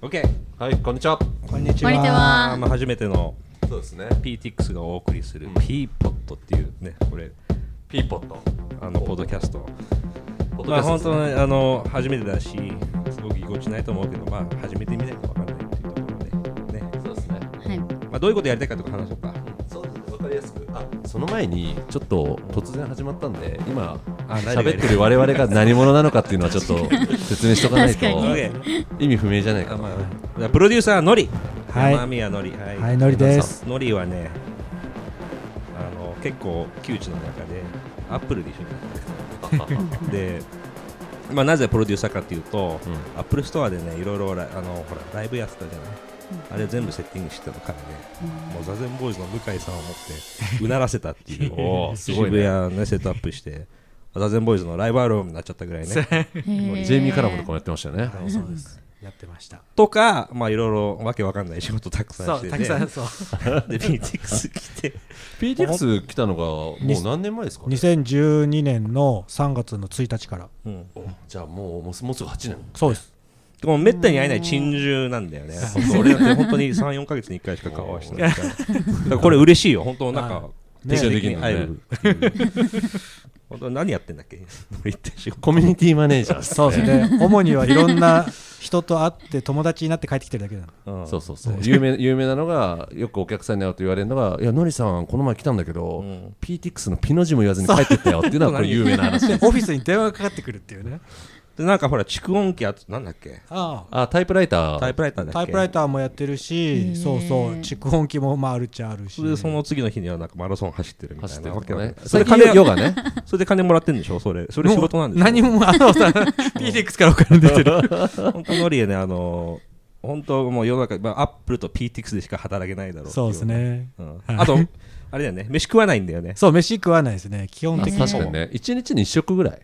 OK はい、こんにちは。こんにちこんにちはまあ、初めてのそうですね。 PTX がお送りする P ポットっていうねこれピーポット。あのポッドキャストポッドキまあャスト本ですね当にあの初めてだしすごく居心地ないと思うけどまあ始めてみないとわかんないっていうところでねそうですね。はい。まあどういうことやりたいかとか話そうかそうですね。わかりやすく。あ、その前にちょっと突然始まったんで、今あ何が喋ってる我々が何者なのかっていうのはちょ っと説明しとかないと確かに OK 意味不明じゃないあかな。まあじゃあプロデューサーのりはい山宮のりはいはい、の りです。ノリはね、あの結構窮地の中で、アップルで一緒になっててで、まあ、なぜプロデューサーかっていうと、アップルストアでね、いろいろラあのほらライブやってたじゃない、あれ全部セッティングしてたの彼で、もうザゼンボーイズの向井さんを持って、う ならせたっていうおーすごいね渋谷ね、セットアップして、ザゼンボーイズのライブアルバムになっちゃったぐらいね。もうへージェイミーカラーもとかもやってましたよね。はい、そうです。やってました。とか、まあ、いろいろわけわかんない仕事たくさそんしてう、て、たくさん、そう。で、ミーティクス来て。 PTX 来たのがもう何年前ですかね。 2012年の3月の1日から。うんおじゃあもうもうすもうすぐ8年。そうです。もうめったに会えない珍獣なんだよね。俺だって本当に3、4ヶ月に1回しか顔はしてないから。だからこれ嬉しいよ、本当なんかは、会ねえるっていう。本当何やってんだっけ 俺行って仕事コミュニティマネージ ャーですそうですね。主にはいろんな人と会って友達になって帰ってきてるだけなの。うんそうそうそう有名有名なのがよくお客さんに会うと言われるのが「いやノリさんこの前来たんだけど、PTX のピの字も言わずに帰ってったよ」っていうのはこれ有名な話オフィスに電話がかかってくるっていうね。で、なんかほら、蓄音機あと、なんだっけああタイプライタータイプライターだあ。っけタイプライー。ターもやってるし、そうそう、蓄音機もまああるっちゃあるしそれ。でその次の日にはなんかマラソン走ってるみたいな。走ってるわけとかわかんねないそれ最で近金ヨよガねそれで金もらってんでしょそれ。それ仕事なんでしょ何も、あのさ、PTX からお 金出てる。本当ノリエね、あのー、本当もう世の中、まあ、アップルと PTX でしか働けないだろうっていそうです。ね。うんあと、あれだよね、飯食わないんだよね。そう、飯食わないですね。 基本あ的に。確かにね1日に1食ぐらい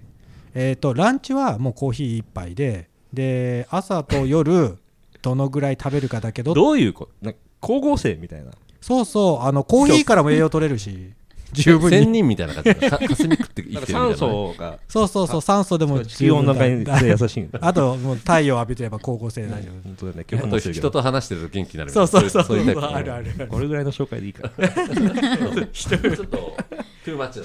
えー、とランチはもうコーヒー一杯でで朝と夜どのぐらい食べるかだけどどういうことなんか光合成みたいな。そうそうあのコーヒーからも栄養取れるし十分仙に人みたいな感じ でか霞食って生きなんかてるみたいな、ね、酸素がそうそうそう酸素でも地球温暖化にだ優しいんだ。あともう太陽浴びてれば光合成大丈夫、 本当だね、あ今日ともしてるけど。人と話してると元気になるみたそいうなそうそうそういタイプあるあるあるこれぐらいの紹介でいいから。ちょっとトゥーマッチだ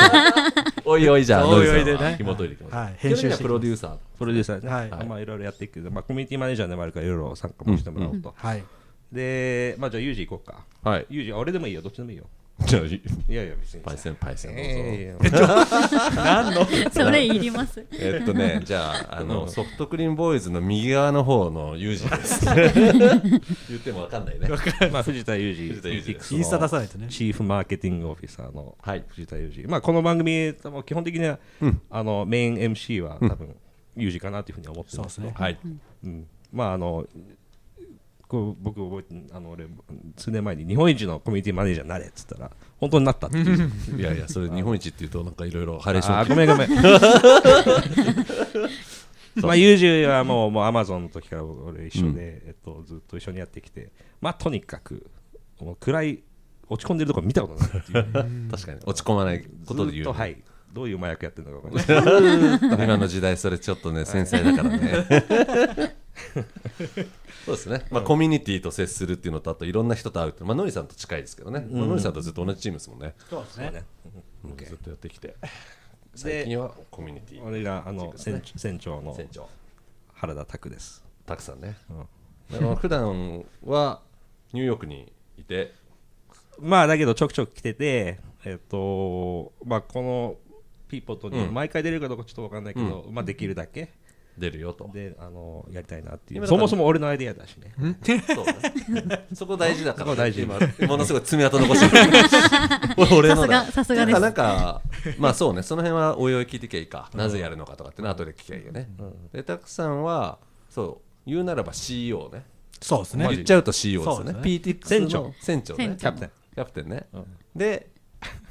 っ たねおいおいじゃあおいおノいリでねさんは紐解いていきます、はい編集して去いきます年はプロデューサープロデューサーね、はいあまあいろいろやっていくけど、まあコミュニティマネージャーでもあるからいろいろ参加もしてもらおうと。はいで、まあじゃあユージ行こうか。はいユージ、あ俺でもいいよ、どっちでもいいよ。じゃあいやいや、別に。パイセンパイセンどうぞ、えそれいります。えっと ね、じゃあ、あの、ソフトクリームボーイズの右側の方のユージ です。言ってもわかんないね。え まあ藤田ユージ、藤田ユージで PTX すのインスタ出さないとねチーフマーケティングオフィサーのはい藤田裕二、まあ、この番組、多分基本的には、あのメイン MC は多分裕二かなというふうに思ってるんですけど、はい。うんまああのこう僕覚えてあの俺数年前に日本一のコミュニティマネージャーになれっつったら本当になったっていう。いやいや、それ日本一っていうと、なんかいろいろハレーション。あーごめんご めん。まあ、ユージはもう、もうアマゾンの時から俺一緒で、えっと、ずっと一緒にやってきて、まあ、とにかく、もう暗い、落ち込んでるとこ見たことないっていう。確かに。落ち込まないことでず言っうと、と。はい。どういう麻薬やってるのか分かんない。今の時代、それちょっとね、繊細だからね。 そうですね。まあ、コミュニティと接するっていうのと、あといろんな人と会うって、まあ、ノリさんと近いですけどね。まあノリさんとずっと同じチームですもんね。そうですねうんずっとやってきて。最近はコミュニティ。俺が、あの、船船長の船長。原田拓です。たくさんね。んあの普段はニューヨークにいて、まあだけどちょくちょく来てて、えっとまあ、このピーポットにうん毎回出れるかどうかちょっと分かんないけど、まあ、できるだけ出るよと。であのやりたいなってい今うだかそらもそも俺のアイデアだしねそうねそこ大事だから、そこ大事今ものすごい爪痕残して る俺のださすがさすがですなんかなんかまあそうねその辺はおいおい聞いてきゃいいか、なぜやるのかとかってのは後で聞きゃいいよね、でたくさんはそう言うならば CEO ねそうです言っねちゃうと CEO ですそうよでねすね PTX 船の長船長ね船長キャプテンキャプテンね、で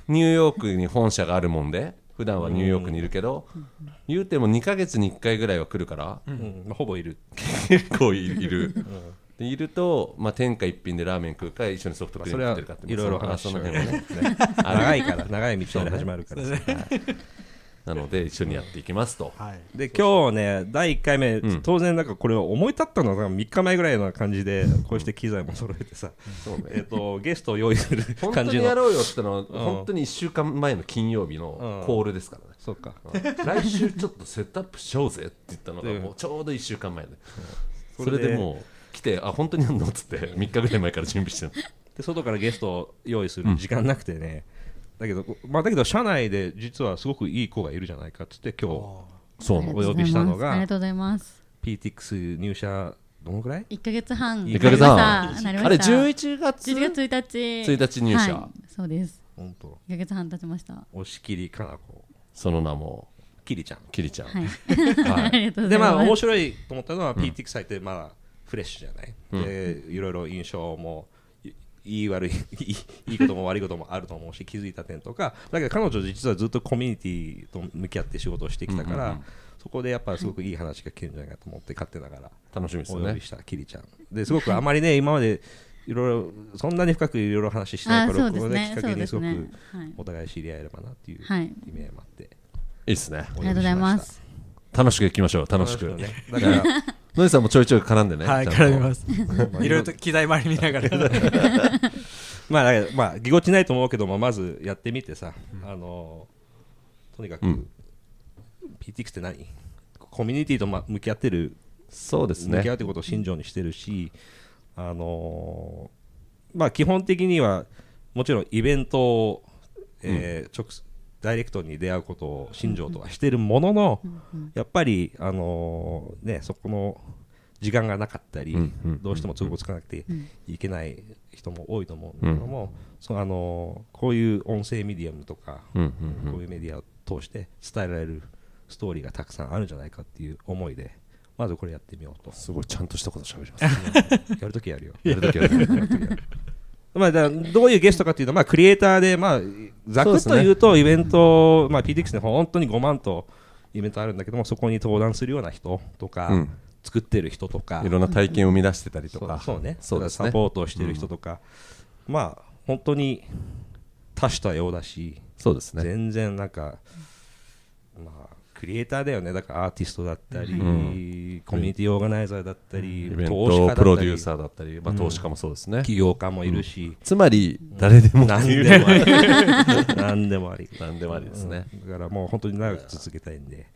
ニューヨークに本社があるもんで普段はニューヨークにいるけど、言うても2ヶ月に1回ぐらいは来るから、うんまあ、ほぼいる、結構 いる。でいると、まあ、天下一品でラーメン食うか一緒にソフトまクあ、リーそれはム食ってるかっていろいろ話し そよのう辺はね ね長いから長い道のり始まるから、はいなので一緒にやっていきますとはいで今日ね第1回目、うん当然なんかこれを思い立ったのが3日前ぐらいな感じでこうして機材も揃えてさ、そうねえっとゲストを用意する本当感じにやのろうよってのは本当に1週間前の金曜日のコールですからね、そうか 来週ちょっとセットアップしようぜって言ったのがもうちょうど1週間前で、それでもう来てあ本当にやんのっつって3日ぐらい前から準備してるで外からゲストを用意する時間なくてね、だけど、まあ、だけど社内で実はすごくいい子がいるじゃないかっつって今日そうありがとなのうございますお呼びしたのがありがとうございます。 PTX 入社どのぐらい一ヶ月半。 1ヶ月半なりました。あれ11月11月1日。 1日入社はいそうです。本当一ヶ月半経ちました。は押切かな子その名もキリちゃんキリちゃん、い。 はあいりがとうござでいまま。すあ面白いと思ったのは PTX 入ってまだフレッシュじゃない、でいろいろ印象もいいい悪いいいいいことも悪いこともあると思うし気づいた点とかだけど彼女実はずっとコミュニティと向き合って仕事をしてきたから、そこでやっぱすごくいい話が聞けるんじゃないかと思って勝手ながら楽しみですおよ呼ねびしたキリちゃんですごくあまりね今までいろいろそんなに深くいろいろ話しなあいー、からそうこですのねねきっ。かそけうにですすごね。くはい。お互い知り合えればなっていうはい。意味合いもあっていいっすねおあ呼りびがとうございまししたす。楽しくいきましょう楽しく楽しくねだからノイさんもちょいちょい絡んでねはい、ちゃんと絡みます。いろいろと機材回り見ながら。 まあ、だけどまあ、ぎこちないと思うけども、まずやってみてさ、あのーとにかく、うん PTX って何コミュニティとま向き合ってる、そうです向き合うねってことを信条にしてるし、あのーまあ、基本的には、もちろんイベントを、えー直接ダイレクトに出会うことを信条とはしてるものの、やっぱり、あのーね、そこの時間がなかったり、うんうんどうしても都合つかなくていけない人も多いと思うんだけども、そのあのーこういう音声メディアムとか、うんうんこういうメディアを通して伝えられるストーリーがたくさんあるんじゃないかっていう思いでまずこれやってみようと すごいちゃんとしたこと喋りますやるときやるよ。やるだけやる まあ、だからどういうゲストかっていうと、まあ、クリエイターで、まあ、ざそうくでっすとね言うと、イベント、まあ、PTX で本当に5万とイベントあるんだけども、そこに登壇するような人とか、うん作ってる人とかい、ろんな体験を生み出してたりとそうかそうねそうですサねポートをしてる人とか、まあ本当に多種多様だし、そうですね全然なんかまあクリエイターだよねだからアーティストだったり、コミュニティオーガナイザーだったり、イベン投資家だったトりプロデューサーだったり、まあ、投資家もそうですね、起業家もいるし、つまり誰でも何でもあ り何でもあり何でもありですね、だからもう本当に長く続けたいんで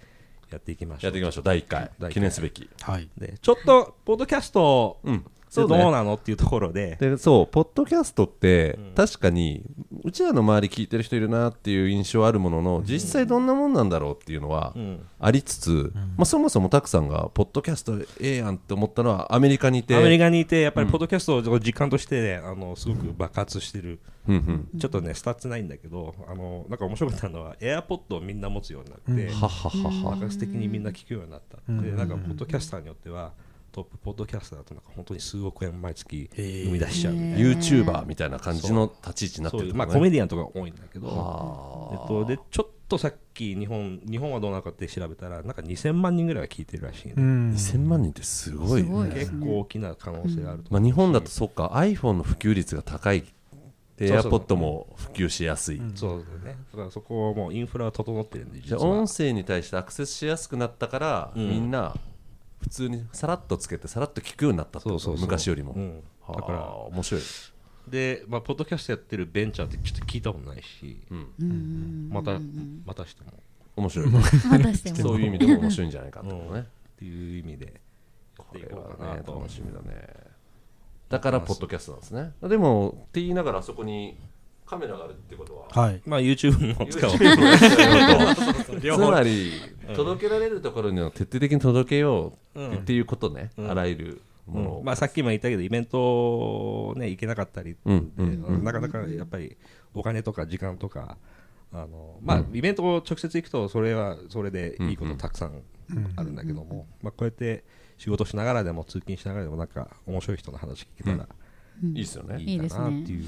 やっていきましょやうっていきましょう第1回第一回記念すべきはい。。でちょっとポッドキャストうんでそうどうねなのっていうところででそうポッドキャストって、確かにうちらの周り聞いてる人いるなっていう印象あるものの実際どんなもんなんだろうっていうのはんありつつ、まあ、そもそもたくさんがポッドキャストええやんって思ったのはアメリカにいてアメリカにいてやっぱりポッドキャストを実感として、ねあのすごく爆発してる、うんうんちょっとねスタッツないんだけどあのなんか面白かったのは AirPod をみんな持つようになって、はははは爆発的にみんな聞くようになったって、なんかポッドキャスターによってはトップポッドキャスターだとなんか本当に数億円毎月生み出しちゃうみたいな、 YouTuber みたいな感じの立ち位置になってそうるいとうかまあ、ねコメディアンとかが多いんだけど、はえっと、でちょっとさっき日本日本はどうなのかって調べたらなんか2000万人ぐらいは聞いてるらしいね、うん2000万人ってすごい,、すごい結構大きな可能性があると思うまあ、日本だとそっか iPhone の普及率が高いでそうそうそう AirPod も普及しやすい、そうだよね。だからそこはもうインフラは整ってるんで、じ実ゃあは音。声に対してアクセスしやすくなったから、うんみんな普通にさらっとつけてさらっと聞くようになったってこと昔よりも、うんはあだから面白いで、まあ、ポッドキャストやってるベンチャーってちょっと聞いたことないし、また、またしても。面白いまたして そもう。いう意味でも面白いんじゃないかってことうんっね、ていう意味で、やっていこうこかれはなねと。楽しみだねだからポッドキャストなんですねでもって言いながらあそこにカメラがあるってことははいまあ、YouTube も使おう。つまり届けられるところには徹底的に届けようっていうことね、あらゆるものを、うんまあ、さっきも言ったけど、イベントね、行けなかったりで、うんうんなかなかやっぱりお金とか時間とか、あのまあ、イベントを直接行くと、それはそれでいいことたくさんあるんだけども、まあ、こうやって仕事しながらでも、通勤しながらでも、なんか面白い人の話聞けたらいいですよねいいかなっていう。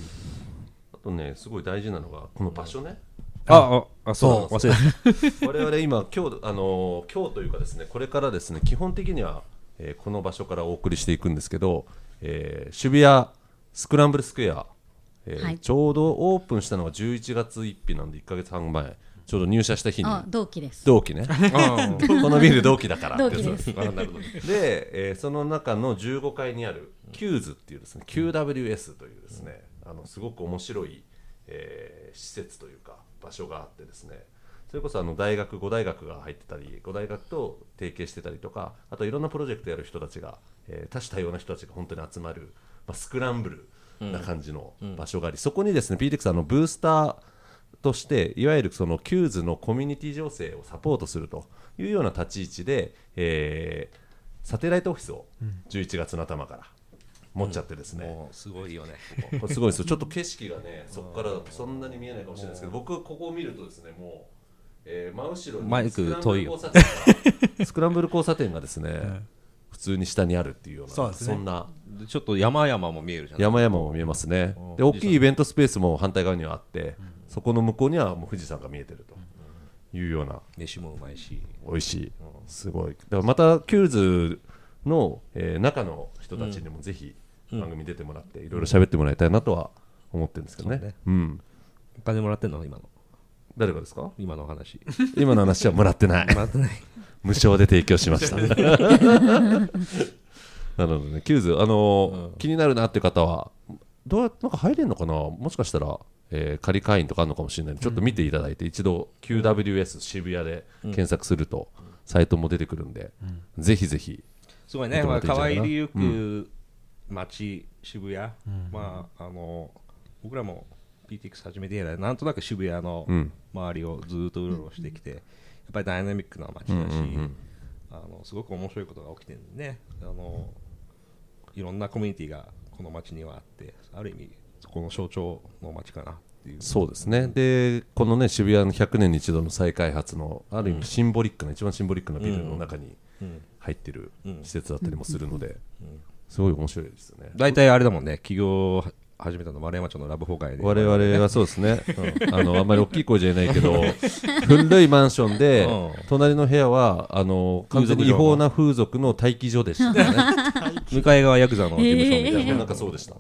あとねすごい大事なのがこの場所ね、ああ、あ、そう、忘れて我々今今日あのー今日というかですねこれからですね基本的には、えーこの場所からお送りしていくんですけど、えー渋谷スクランブルスクエア、えーはいちょうどオープンしたのが11月1日なんで1か月半前ちょうど入社した日にあ、同期です。同期 ね このビル同期だから同期です あなるほどで、えーその中の15階にあるキューズっていうですね QWS というですねあのすごく面白い、えー施設というか場所があってですねそれこそあの大学5大学が入ってたり5大学と提携してたりとかあといろんなプロジェクトやる人たちが、えー多種多様な人たちが本当に集まる、まあ、スクランブルな感じの場所があり、そこにですね PTX あのブースターとしていわゆるそのキューズのコミュニティ情勢をサポートするというような立ち位置で、えーサテライトオフィスを11月の頭から持っちゃってですね、もうすごいよねここれすごいですよ。ちょっと景色がね、そこからだとそんなに見えないかもしれないですけど、僕ここを見るとですね、もう、えー真後ろにマイク遠いよスクランブル交差点が スクランブル交差点がですね、普通に下にあるっていうような、そうですねそんなこちょっと山々も見えるじゃん山々も見えますね。で、大きいイベントスペースも反対側にはあって、そこの向こうにはもう富士山が見えてるというような飯もうまいし美味しい、すごいだからまたキューズの、えー中の人たちにもぜひ番組出てもらって、いろいろ喋ってもらいたいなとは思ってるんですけどねそうねうんお金もらってんの今の誰がで すか今のお話今の話はもらってないもらってない無償で提供しましたなのでねキューズあのー気になるなって方はどうやなんか入れるのかなもしかしたら、えー仮会員とかあるのかもしれないのでちょっと見ていただいて、一度 QWS 渋谷で検索すると、サイトも出てくるんで、ぜひぜひすごいね、求まめあ、ていいんじゃ可ない愛かないゆく街、渋谷、まあ、あの僕らも PTX 始めて以来、なんとなく渋谷のうん周りをずーっとうろうろしてきて、やっぱりダイナミックな街だし、うんうんうんあのすごく面白いことが起きてるんでねあの、いろんなコミュニティがこの街にはあって、ある意味、そこの象徴の街かなっていう。そうですねでこのね渋谷の100年に一度の再開発のある意味シンボリックな、一番シンボリックなビルの中に入ってる施設だったりもするので、すごい面白いですよね。大体あれだもんね、起業を始めたの丸山町のラブ崩壊で。我々はそうですね、うんあのあんまり大きい声じゃ言えないけど古いマンションで、うん隣の部屋はあの完全に違法な風俗の待機所でしたね向かい側ヤクザの事務所みたいな。 なんかそうでした、っ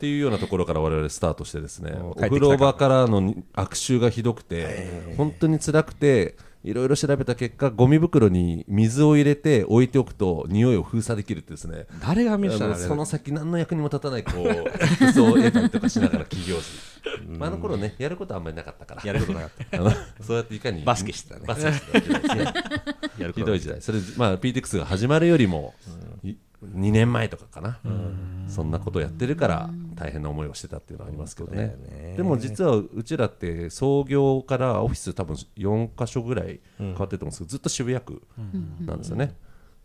ていうようなところから我々スタートしてですねうんお風呂場からの悪臭がひどくて本当に辛くていろいろ調べた結果ゴミ袋に水を入れて置いておくと匂いを封鎖できるってですね誰が見せたのあのあれその先何の役にも立たないこう服装を得たりとかしながら起業し、まあ、あの頃ねやることはあんまりなかったからやることなかった。あのそうやっていかにバスケしてたねバスケしてた時代ですね やるこひとどい時代それ、まあ、PTX が始まるよりも、い2年前とかかな、そんなことやってるから大変な思いをしてたっていうのはありますけどねそうだよねでも実はうちらって創業からオフィス多分4か所ぐらい変わってると思うんですけど、ずっと渋谷区なんですよね、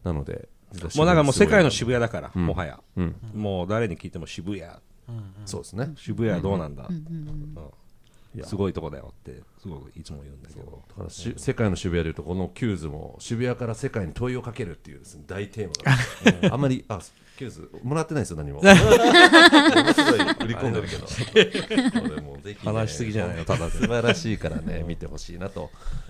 なのでもうなんかもう世界の渋渋谷だから、もはや、うんもう誰に聞いても渋谷谷そうですね渋谷はどうなんだ、いうんやすごいとこだよってすごくいつも言うんだけどだからし世界の渋谷でいうとこのキューズも渋谷から世界に問いをかけるっていうですね大テーマが、うんあんまりあキューズもらってないです よ何もものすごい売り込んでるけどこれもうぜひね話しすぎじゃないのただで素晴らしいからね見てほしいなと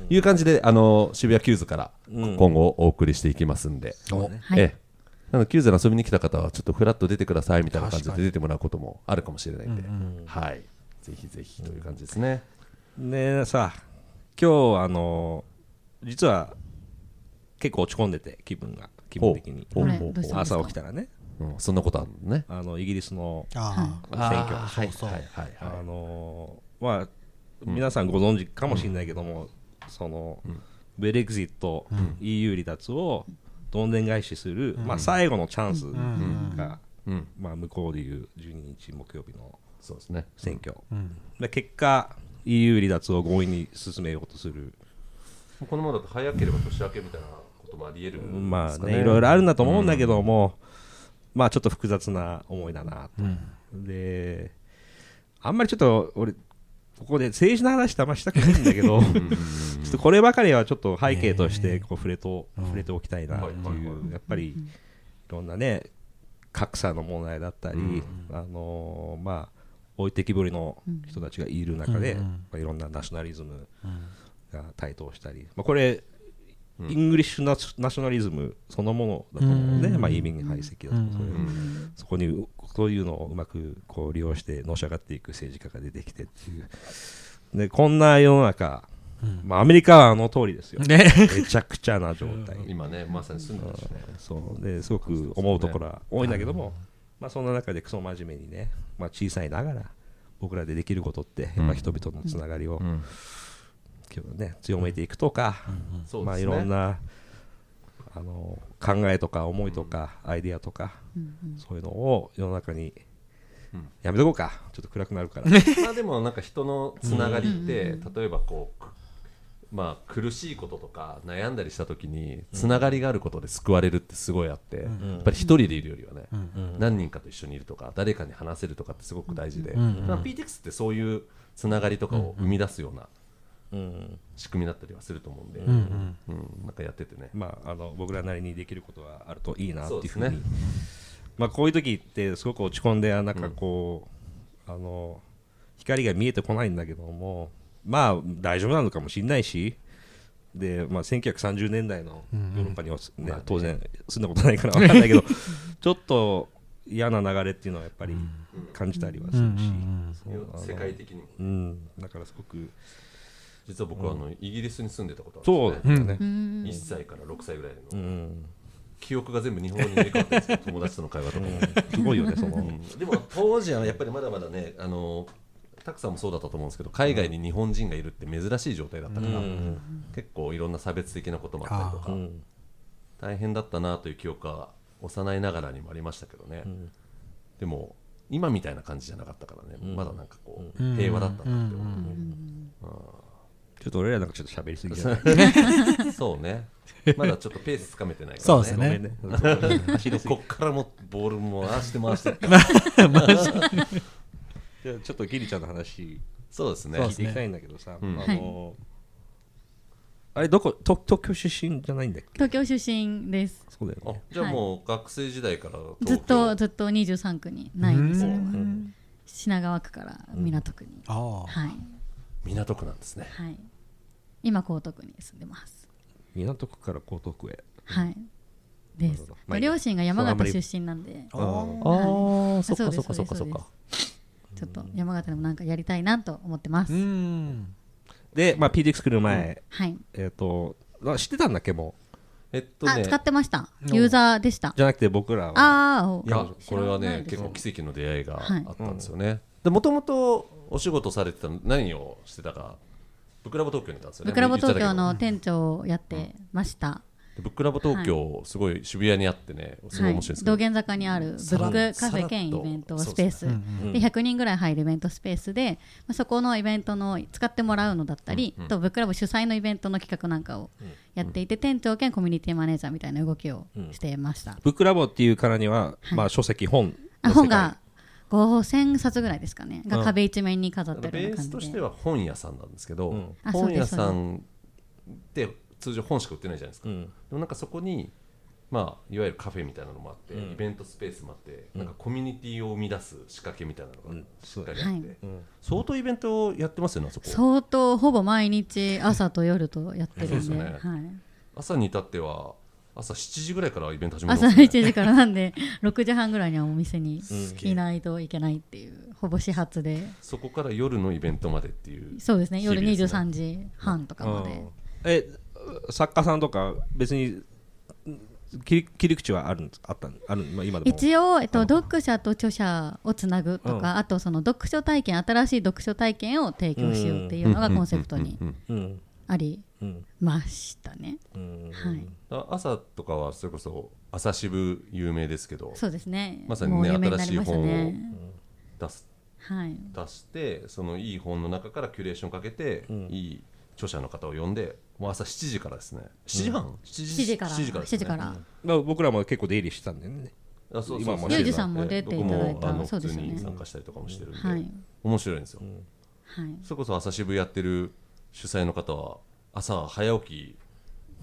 いう感じであの渋谷キューズから今後お送りしていきますんで、はいええなのでキューズに遊びに来た方はちょっとフラッと出てくださいみたいな感じで出てもらうこともあるかもしれないんで、はいぜひぜひという感じですね、ねえさ今日あの実は結構落ち込んでて気分が気分的にほうあれどうしたんですか朝起きたらねうんそんなことあるのねあのイギリスのあ選挙はいそうはいはいはいあのーまあ、皆さんご存知かもしれないけども、その、ベレグジット、EU 離脱をどんでん返しする、まあ、最後のチャンスが、うんまあ、向こうでいう12日木曜日のそうですね選挙、で結果 EU 離脱を強引に進めようとする、このままだと早ければ年明けみたいなこともありえるまあねいろいろあるんだと思うんだけども、まあちょっと複雑な思いだなと、であんまりちょっと俺ここで政治の話ってあんまりしたくないんだけど ちょっとこればかりはちょっと背景としてこう触れと、触れておきたいなっていう、はいはいはやっぱりいろんなね格差の問題だったり、あのーまあ置いてきぼりの人たちがいる中で、まあいろんなナショナリズムが台頭したり、まあ、これイングリッシュナシナショナリズムそのものだと思うので、まあ、移民排斥だとか、それそこにうそういうのをうまくこう利用してのし上がっていく政治家が出てきてっていうでこんな世の中うんまあ、アメリカはあの通りですよねめちゃくちゃな状態。今ねまさに住んでますねそうですごく思うところは多いんだけども、まあ、そんな中でクソ真面目にね、まあ、小さいながら僕らでできることってやっぱ人々のつながりをん今日ね強めていくとか、そうまであ、すいねろんなあの考えとか思いとかアイデアとかそういうのを世の中にうんやめとこうかちょっと暗くなる からまあでもなんか人のつながりって、例えばこうくまあ苦しいこととか悩んだりした時につながりがあることで救われるってすごいあって、んやっぱり一人でいるよりはね、何人かと一緒にいるとか誰かに話せるとかってすごく大事で、んまあ PTX ってそういうつながりとかを生み出すようなうん仕組みだったりはすると思うんで、うんうんなんかやっててね、まあ、あの僕らなりにできることはあるといいなっていうふうそうにですねまあ、こういう時ってすごく落ち込んであなんかこう、あの光が見えてこないんだけどもまあ大丈夫なのかもしれないしで、まあ、1930年代のヨーロッパには、ねまあね当然住んだことないから分かんない けどちょっと嫌な流れっていうのはやっぱり感じたりはするし、そう世界的にもうん、だからすごく実は僕はあの、イギリスに住んでたことあそうるんでですすね、よね、うん1歳から6歳ぐらいの、うん記憶が全部日本語に入れ替わって るんですよ友達との会話とかも。すごいよねその、でも当時はやっぱりまだまだね、あのたくさんもそうだったと思うんですけど海外に日本人がいるって珍しい状態だったから、結構いろんな差別的なこともあったりとか、うん大変だったなという記憶は幼いながらにもありましたけどね、でも今みたいな感じじゃなかったからね、まだなんかこう、うん平和だったなって思ちょっと俺らなんかちょっと喋りすぎじゃないうん、そう ねまだちょっとペースつかめてないからねそうですごめんね。 走りすぎ こっからもボールも回して回してじゃあちょっとギリちゃんの話そうですね聞いていきたいんだけどさ、うんあのあれどこ東東京出身じゃないんだっけ？東京出身です。そうだよあね。じゃあもう学生時代からずっ東京とずっと23区にないんですよ。品川区から港区に。ああはい港区なんですねはい。今江東区に住んでます。港区から江東区へ。はい。でなするほど。まあいいや両親が山そうあんまり形出身なんで。あーああそっかそっかそっかそっか。ちょっと山形でもなんかやりたいなと思ってます。うんで、まあ PDX 来る前、はい。えっとあ知ってたんだっけもうえっとあ、ね使ってました。ユーザーでした。じゃなくて僕らはああ、おいやこれは知らないねです結構奇跡の出会いがあったんですよねでもともとお仕事されてたの何をしてたかブクラボ東京にいたんですよねブクラボ東京言っのちゃったけ店長をやってました。どブクラボ東京すごい渋谷にあってねすごはいい面白いんですけど道玄坂にあるブさらッっクさカフらっェと兼イベントスペースそうでですね100人ぐらい入るイベントスペースでまあそこのイベントの使ってもらうのだったりとブックラボ主催のイベントの企画なんかをやっていて店長兼コミュニティマネージャーみたいな動きをしてましたブックラボっていうからにはまあ書籍本あの世界本が5000冊ぐらいですかねが壁一面に飾ってベるようーな感スじとしてでは本屋さんなんですけど、んあそう本で屋すさんって通常本しか売ってないじゃないですか、うんでもなんかそこに、まあ、いわゆるカフェみたいなのもあって、イベントスペースもあって、なんかコミュニティを生み出す仕掛けみたいなのがしっかりあって、うんそうだね相当イベントをやってますよねあそこ相当ほぼ毎日朝と夜とやってるんそうでですよねはい朝に至っては朝7時ぐらいからイベント始まるん朝ですよね1時からなんで6時半ぐらいにはお店にいないといけないっていうほぼ始発でそこから夜のイベントまでっていうそうですね夜日々ですね23時半とかまでうんえ作家さんとか別に切り切り口はあるんですあったんあるまあ今でも一応、えっと、読者と著者をつなぐとか、あとその読書体験新しい読書体験を提供しようっていうのがコンセプトにうんありうんましたね、うんはい、あ朝とかはそれこそ朝渋有名ですけどそうですねまさにねもう有名になりま新したしいね出すはい、出してそのいい本の中からキュレーションかけて、いい著者の方を呼んでもう朝7時からですね7時半、7 7時から7時からです7ね時からまあ僕らも結構出入りしてたんだよねあそう今そうもそうユージさんも出ていただいた僕もあのそう普です通よねに参加したりとかもしてるんで、はい面白いんですよ、はいそれこそ朝渋やってる主催の方は朝早起き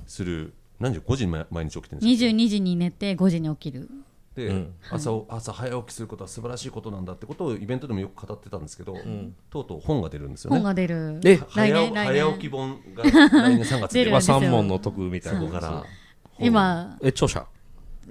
する何時5時ま毎日起きてるんですか22時に寝て5時に起きるで、朝を朝早起きすることは素晴らしいことなんだってことをイベントでもよく語ってたんですけど、とうとう本が出るんですよね本が出るえ来早年起来早起き年本が来年3月 出にね。出るんまあですよ三問の徳みたいなこのこかから今え著者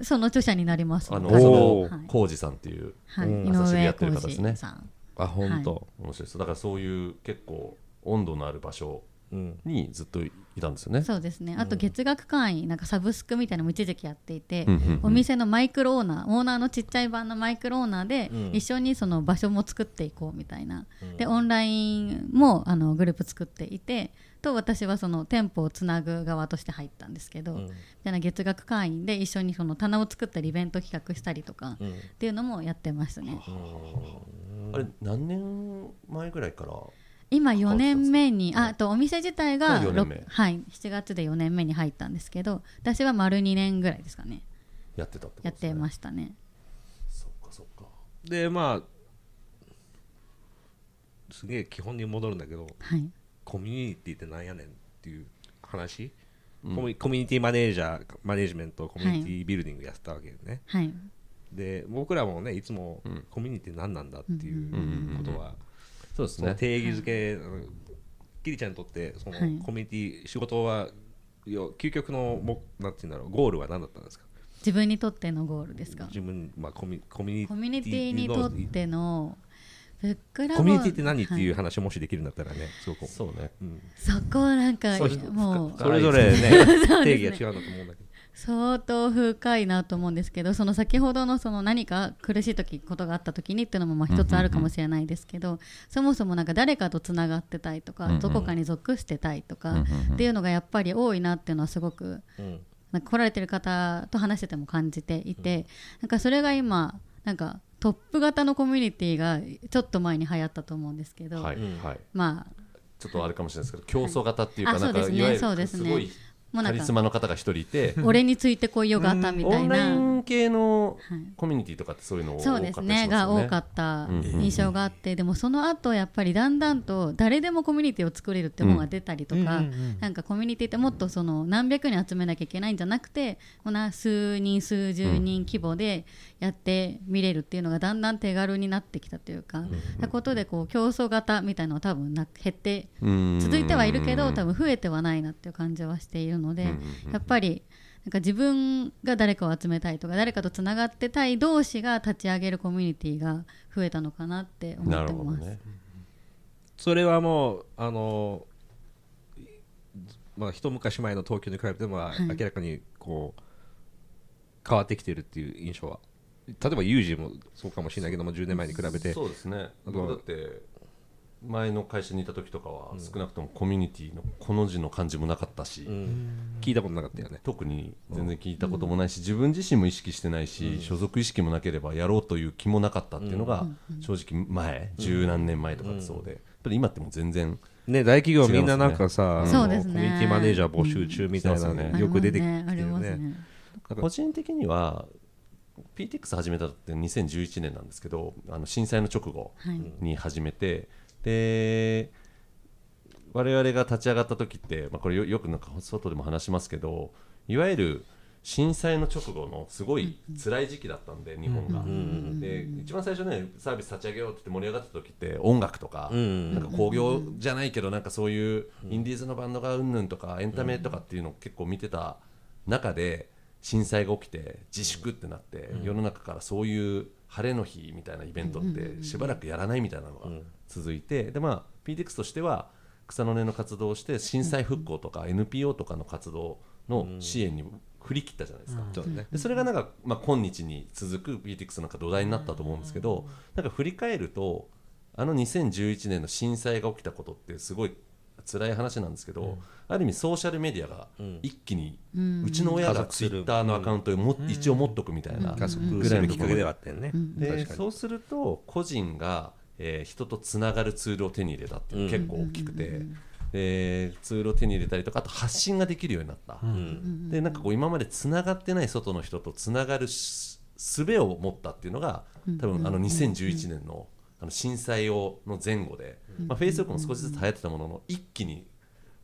その著者になりますあのはいおー浅野浩二さんっていう、はい、井朝知り合上ってる方浩ですね二さんあ本当、面白いですだからそういう結構温度のある場所うんにずっといたんですよね。そうですねあと月額会員なんかサブスクみたいなのも一時期やっていて、うんうんうんお店のマイクロオーナーオーナーのちっちゃい版のマイクロオーナーで、うん一緒にその場所も作っていこうみたいな、でオンラインもあのグループ作っていてと私はその店舗をつなぐ側として入ったんですけど、うんみたいな月額会員で一緒にその棚を作ったりイベント企画したりとか、うんっていうのもやってましたねあれ何年前ぐらいから今4年目にあとお店自体がもう四年目ろくはい、7月で4年目に入ったんですけど私は丸2年ぐらいですかねやってたってことやってまししたねた。そっかそっか。でまあすげえ基本に戻るんだけどはいコミュニティってなんやねんっていう話、コミコミュニティマネージャーマネージメントコミュニティビルディングやってたわけでね、はいで僕らもねいつもコミュニティ何なんだっていうことは、そうですそのね。定義づけ、あのキリちゃんにとってそのはいコミュニティ、仕事は要究極のもなんて言うんだろうゴールは何だったんですか自分にとってのゴールですか自分、まあ、コミコミコミュュニニテティィにのとってのブックラボコミュニティって何っていうは話をもしできるんだったらねすごくそうね。そこなんかそうですもうそれぞれね 定義が違うんだと思うんだけど相当深いなと思うんですけどその先ほどのその何か苦しい時ことがあった時にっていうのもまあ一つあるかもしれないですけど、そもそもなんか誰かとつながってたいとか、うんうんどこかに属してたいとか、うんうんうんっていうのがやっぱり多いなっていうのはすごくうんなんか来られてる方と話してても感じていて、なんかそれが今なんかトップ型のコミュニティがちょっと前に流行ったと思うんですけど、はいうんはい。まあちょっとあれかもしれないですけど競争型っていうかあなんかそうですねいわゆそうでるすすねごいもうカなんリかスマの方が一人いて。俺についてこいよがあったみオたいンラな。イン系のはいコミュニティとかってそういうの多かっそうたりでしますよすねね。が多かっったうんうん印象があって、でもその後やっぱりだんだんと誰でもコミュニティを作れるって本が出たりとか、うんうんうんなんかコミュニティってもっとその何百人集めなきゃいけないんじゃなくてこんな数人数十人規模でやってみれるっていうのがだんだん手軽になってきたというか、なことでこう競争型みたいなのは多分な減って続いてはいるけど多分増えてはないなっていう感じはしているので、んうんうんやっぱりなんか自分が誰かを集めたいとか誰かとつながってたい同士が立ち上げるコミュニティが増えたのかなって思なっるてほどます。ね。それはもうあのまあ一昔前の東京に比べてもまあはい明らかにこう変わってきてるっていう印象は例えばユージもそうかもしれないけども10年前に比べてそうですねあと僕だって前の会社にいた時とかは少なくともコミュニティのこの字の漢字もなかったし、うん聞いたことなかったよね特に全然聞いたこともないし、自分自身も意識してないし、所属意識もなければやろうという気もなかったっていうのが正直前、十何年前とかってそうで、やっぱり今ってもう全然ね大企業みんななんかさ違いますねあのそうですねコミュニティマネージャー募集中みたいなうんのよく出てきあてりるよますね。ありねますねなんか個人的には PTX 始めたのって2011年なんですけどあの震災の直後はいに始めて、で我々が立ち上がった時って、まあ、これよよくなんか外でも話しますけどいわゆる震災の直後のすごい辛い時期だったんで、日本が、で一番最初ねサービス立ち上げようって言って盛り上がった時って音楽とか,、んなんか興行じゃないけどなんかそういうインディーズのバンドがうんぬんとかエンタメとかっていうのを結構見てた中で震災が起きて自粛ってなって、世の中からそういう晴れの日みたいなイベントってしばらくやらないみたいなのが続いて、でまあ PDX としては草の根の活動をして震災復興とか NPO とかの活動の支援に振り切ったじゃないですか。そうねでそれがなんか、まあ、今日に続く BTX なんか土台になったと思うんですけど、なんか振り返るとあの2011年の震災が起きたことってすごい辛い話なんですけど、ある意味ソーシャルメディアが一気に、うちの親加が速する Twitter のアカウントをも、一応持っとくみたいな加速ぐすらいるのきとっかころけでではあったよねで確かそうすると個人が、えー人とつながるツールを手に入れたっていうのが結構大きくて、でツールを手に入れたりとかあと発信ができるようになった、でなんかこう今までつながってない外の人とつながるす術を持ったっていうのが多分あの2011年のあの震災をの前後で、まあ、Facebook も少しずつ流行ってたものの一気に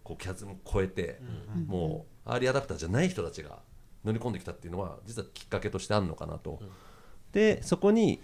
こうキャズムを超えて、もうアーリーアダプターじゃない人たちが乗り込んできたっていうのは実はきっかけとしてあるのかなと。でそこに、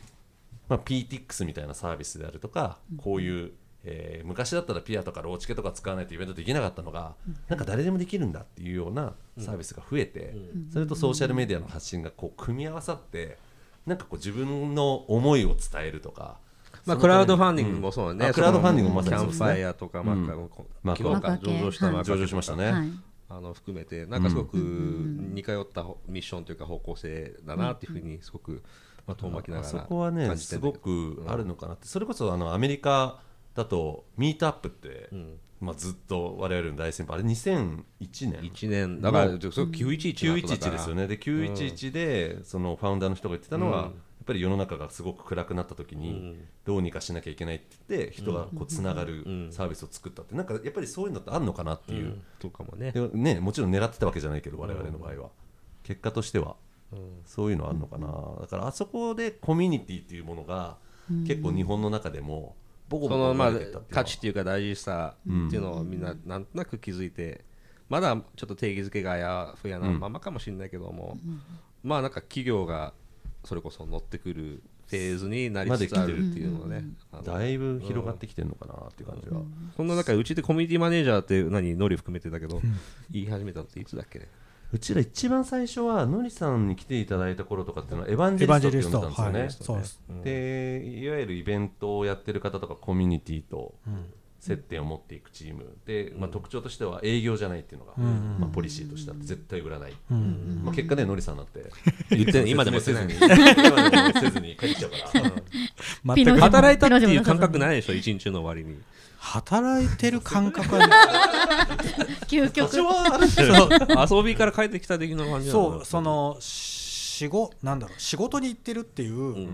まあ、PTX みたいなサービスであるとかこういう、えー昔だったらピアとかローチケとか使わないとイベントできなかったのが、なんか誰でもできるんだっていうようなサービスが増えて、それとソーシャルメディアの発信がこう組み合わさってなんかこう自分の思いを伝えるとかまあ、そのためクにラウドファンディングもそうだね、うんあクラウドファンディングもそのまさにキそャンプうですねファイヤーとか、マッカうんママッッカカ今日かマッカ系上場したマッカ上場しましたね はい、あの含めてなんかすごくうんうん似通ったミッションというか方向性だなっていうふうにすごくまあ遠巻きながらそこはね感じてすんだごけどくあるのかなって、それこそあのアメリカだとミートアップって、んまあ、ずっと我々の大先輩あれ2001年一年だからもうそれ911の後だから911ですよねで911で、そのファウンダーの人が言ってたのは、やっぱり世の中がすごく暗くなった時に、どうにかしなきゃいけないって言って人がこうつながるサービスを作ったって、なんかやっぱりそういうのってあるのかなっていう、とかもねでね、もちろん狙ってたわけじゃないけど我々の場合は、結果としては、そういうのあるのかな、だからあそこでコミュニティっていうものが、結構日本の中でもボコボそコの生ままあれてったっていうのは価値っていうか大事さっていうのをみんななんとなく気づいてまだちょっと定義づけがあやふやなままかもしれないけどもまあなんか企業がそれこそ乗ってくるフェーズになりつつあるっていうのはねあのだいぶ広がってきてるのかなっていう感じは、そんな中うちでコミュニティマネージャーって何ノリ含めてだけど言い始めたのっていつだっけねうちら一番最初はのりさんに来ていただいた頃とかっていうのはエヴァンジェリストって呼んでたんエヴァンジェでリスすトよはいね。でいわゆるイベントをやってる方とかコミュニティと接点を持っていくチームで、まあ、特徴としては営業じゃないっていうのが、まあ、ポリシーとしてあって絶対売らない、まあ、結果ねのりさんだって言って 今でも説せず明にせずに今でもせずに帰っちゃうから。全く働いたっていう感覚ないでしょ一日の終わりに働いてる感覚は究極 遊びから帰ってきた的な感じなのそうその仕事なんだろう仕事に行ってるっていう、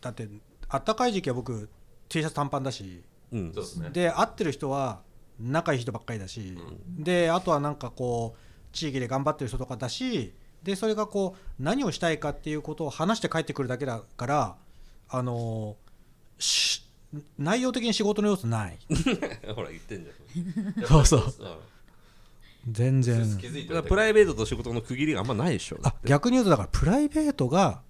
だってあったかい時期は僕 T シャツ短パンだしうんそうですねで会ってる人は仲いい人ばっかりだし、であとはなんかこう地域で頑張ってる人とかだしでそれがこう何をしたいかっていうことを話して帰ってくるだけだからあのし内容的に仕事の要 素ない ほら言ってんじそうそうゃん全気然づだいてからるプライベートと仕事の区切りがあんまないでしょだあって逆に言うとだからプライベートが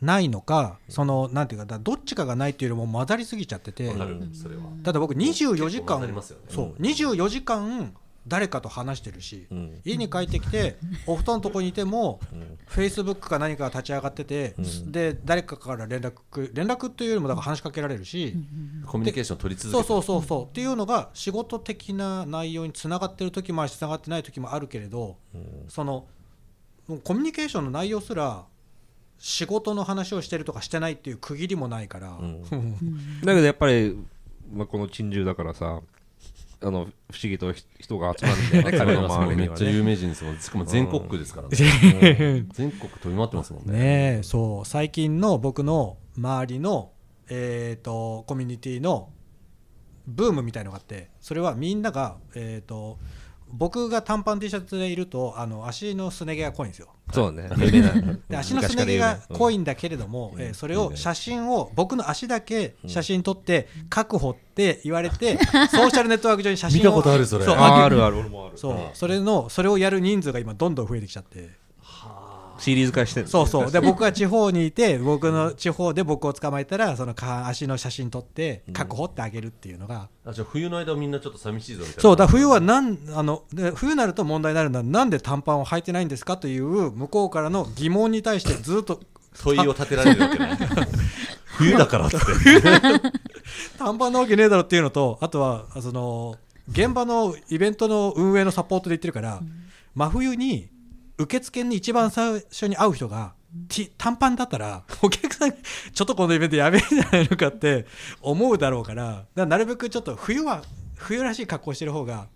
ないのか、そのなんていうかだどっちかがないっていうよりも混ざりすぎちゃっててわかだるそれはって僕24時結構間、混ざりますよねそう24時間誰かと話してるし、ん家に帰ってきてお布団のとこにいても、フェイスブックか何かが立ち上がってて、で誰かから連絡連絡というよりもだから話しかけられるし、コミュニケーション取り続けそてうそうそうそうっていうのが仕事的な内容につながってる時もあるしつながってない時もあるけれど、そのもうコミュニケーションの内容すら仕事の話をしてるとかしてないっていう区切りもないから、だけどやっぱり、まあ、この珍獣だからさあの不思議とひ人が集まるんだよ ね彼 の周りめにっはちゃね有名人ですもんしかも全国区ですからね 全国飛び回ってますもんね ねえそう最近の僕の周りの、えー、とコミュニティのブームみたいのがあってそれはみんなが、えー、と僕が短パン T シャツでいるとあの足のすね毛が濃いんですよ。そうね有名な で足のすね毛が濃いいんだけれども、えーそれを写真を僕の足だけ写真撮って確保って言われて、ソーシャルネットワーク上に写真を見たことあるそれそうあああるある俺もあるそうそれのそれをやる人数が今どんどん増えてきちゃってシリーズ化してるそうそうで僕が地方にいて僕の地方で僕を捕まえたらそのか足の写真撮って確保ってあげるっていうのが、あじゃあ冬の間はみんなちょっと寂しいぞみたいなそうだ冬はなんあので冬になると問題になるのはなんで短パンを履いてないんですかという向こうからの疑問に対してずっと問いを立てられるわ けない冬だからって短パンなわけねえだろっていうのとあとはあその現場のイベントの運営のサポートで言ってるから、真冬に受付に一番最初に会う人が、T- 短パンだったらお客さんにちょっとこのイベントやべえんじゃないのかって思うだろうからだからなるべくちょっと冬は冬らしい格好してる方が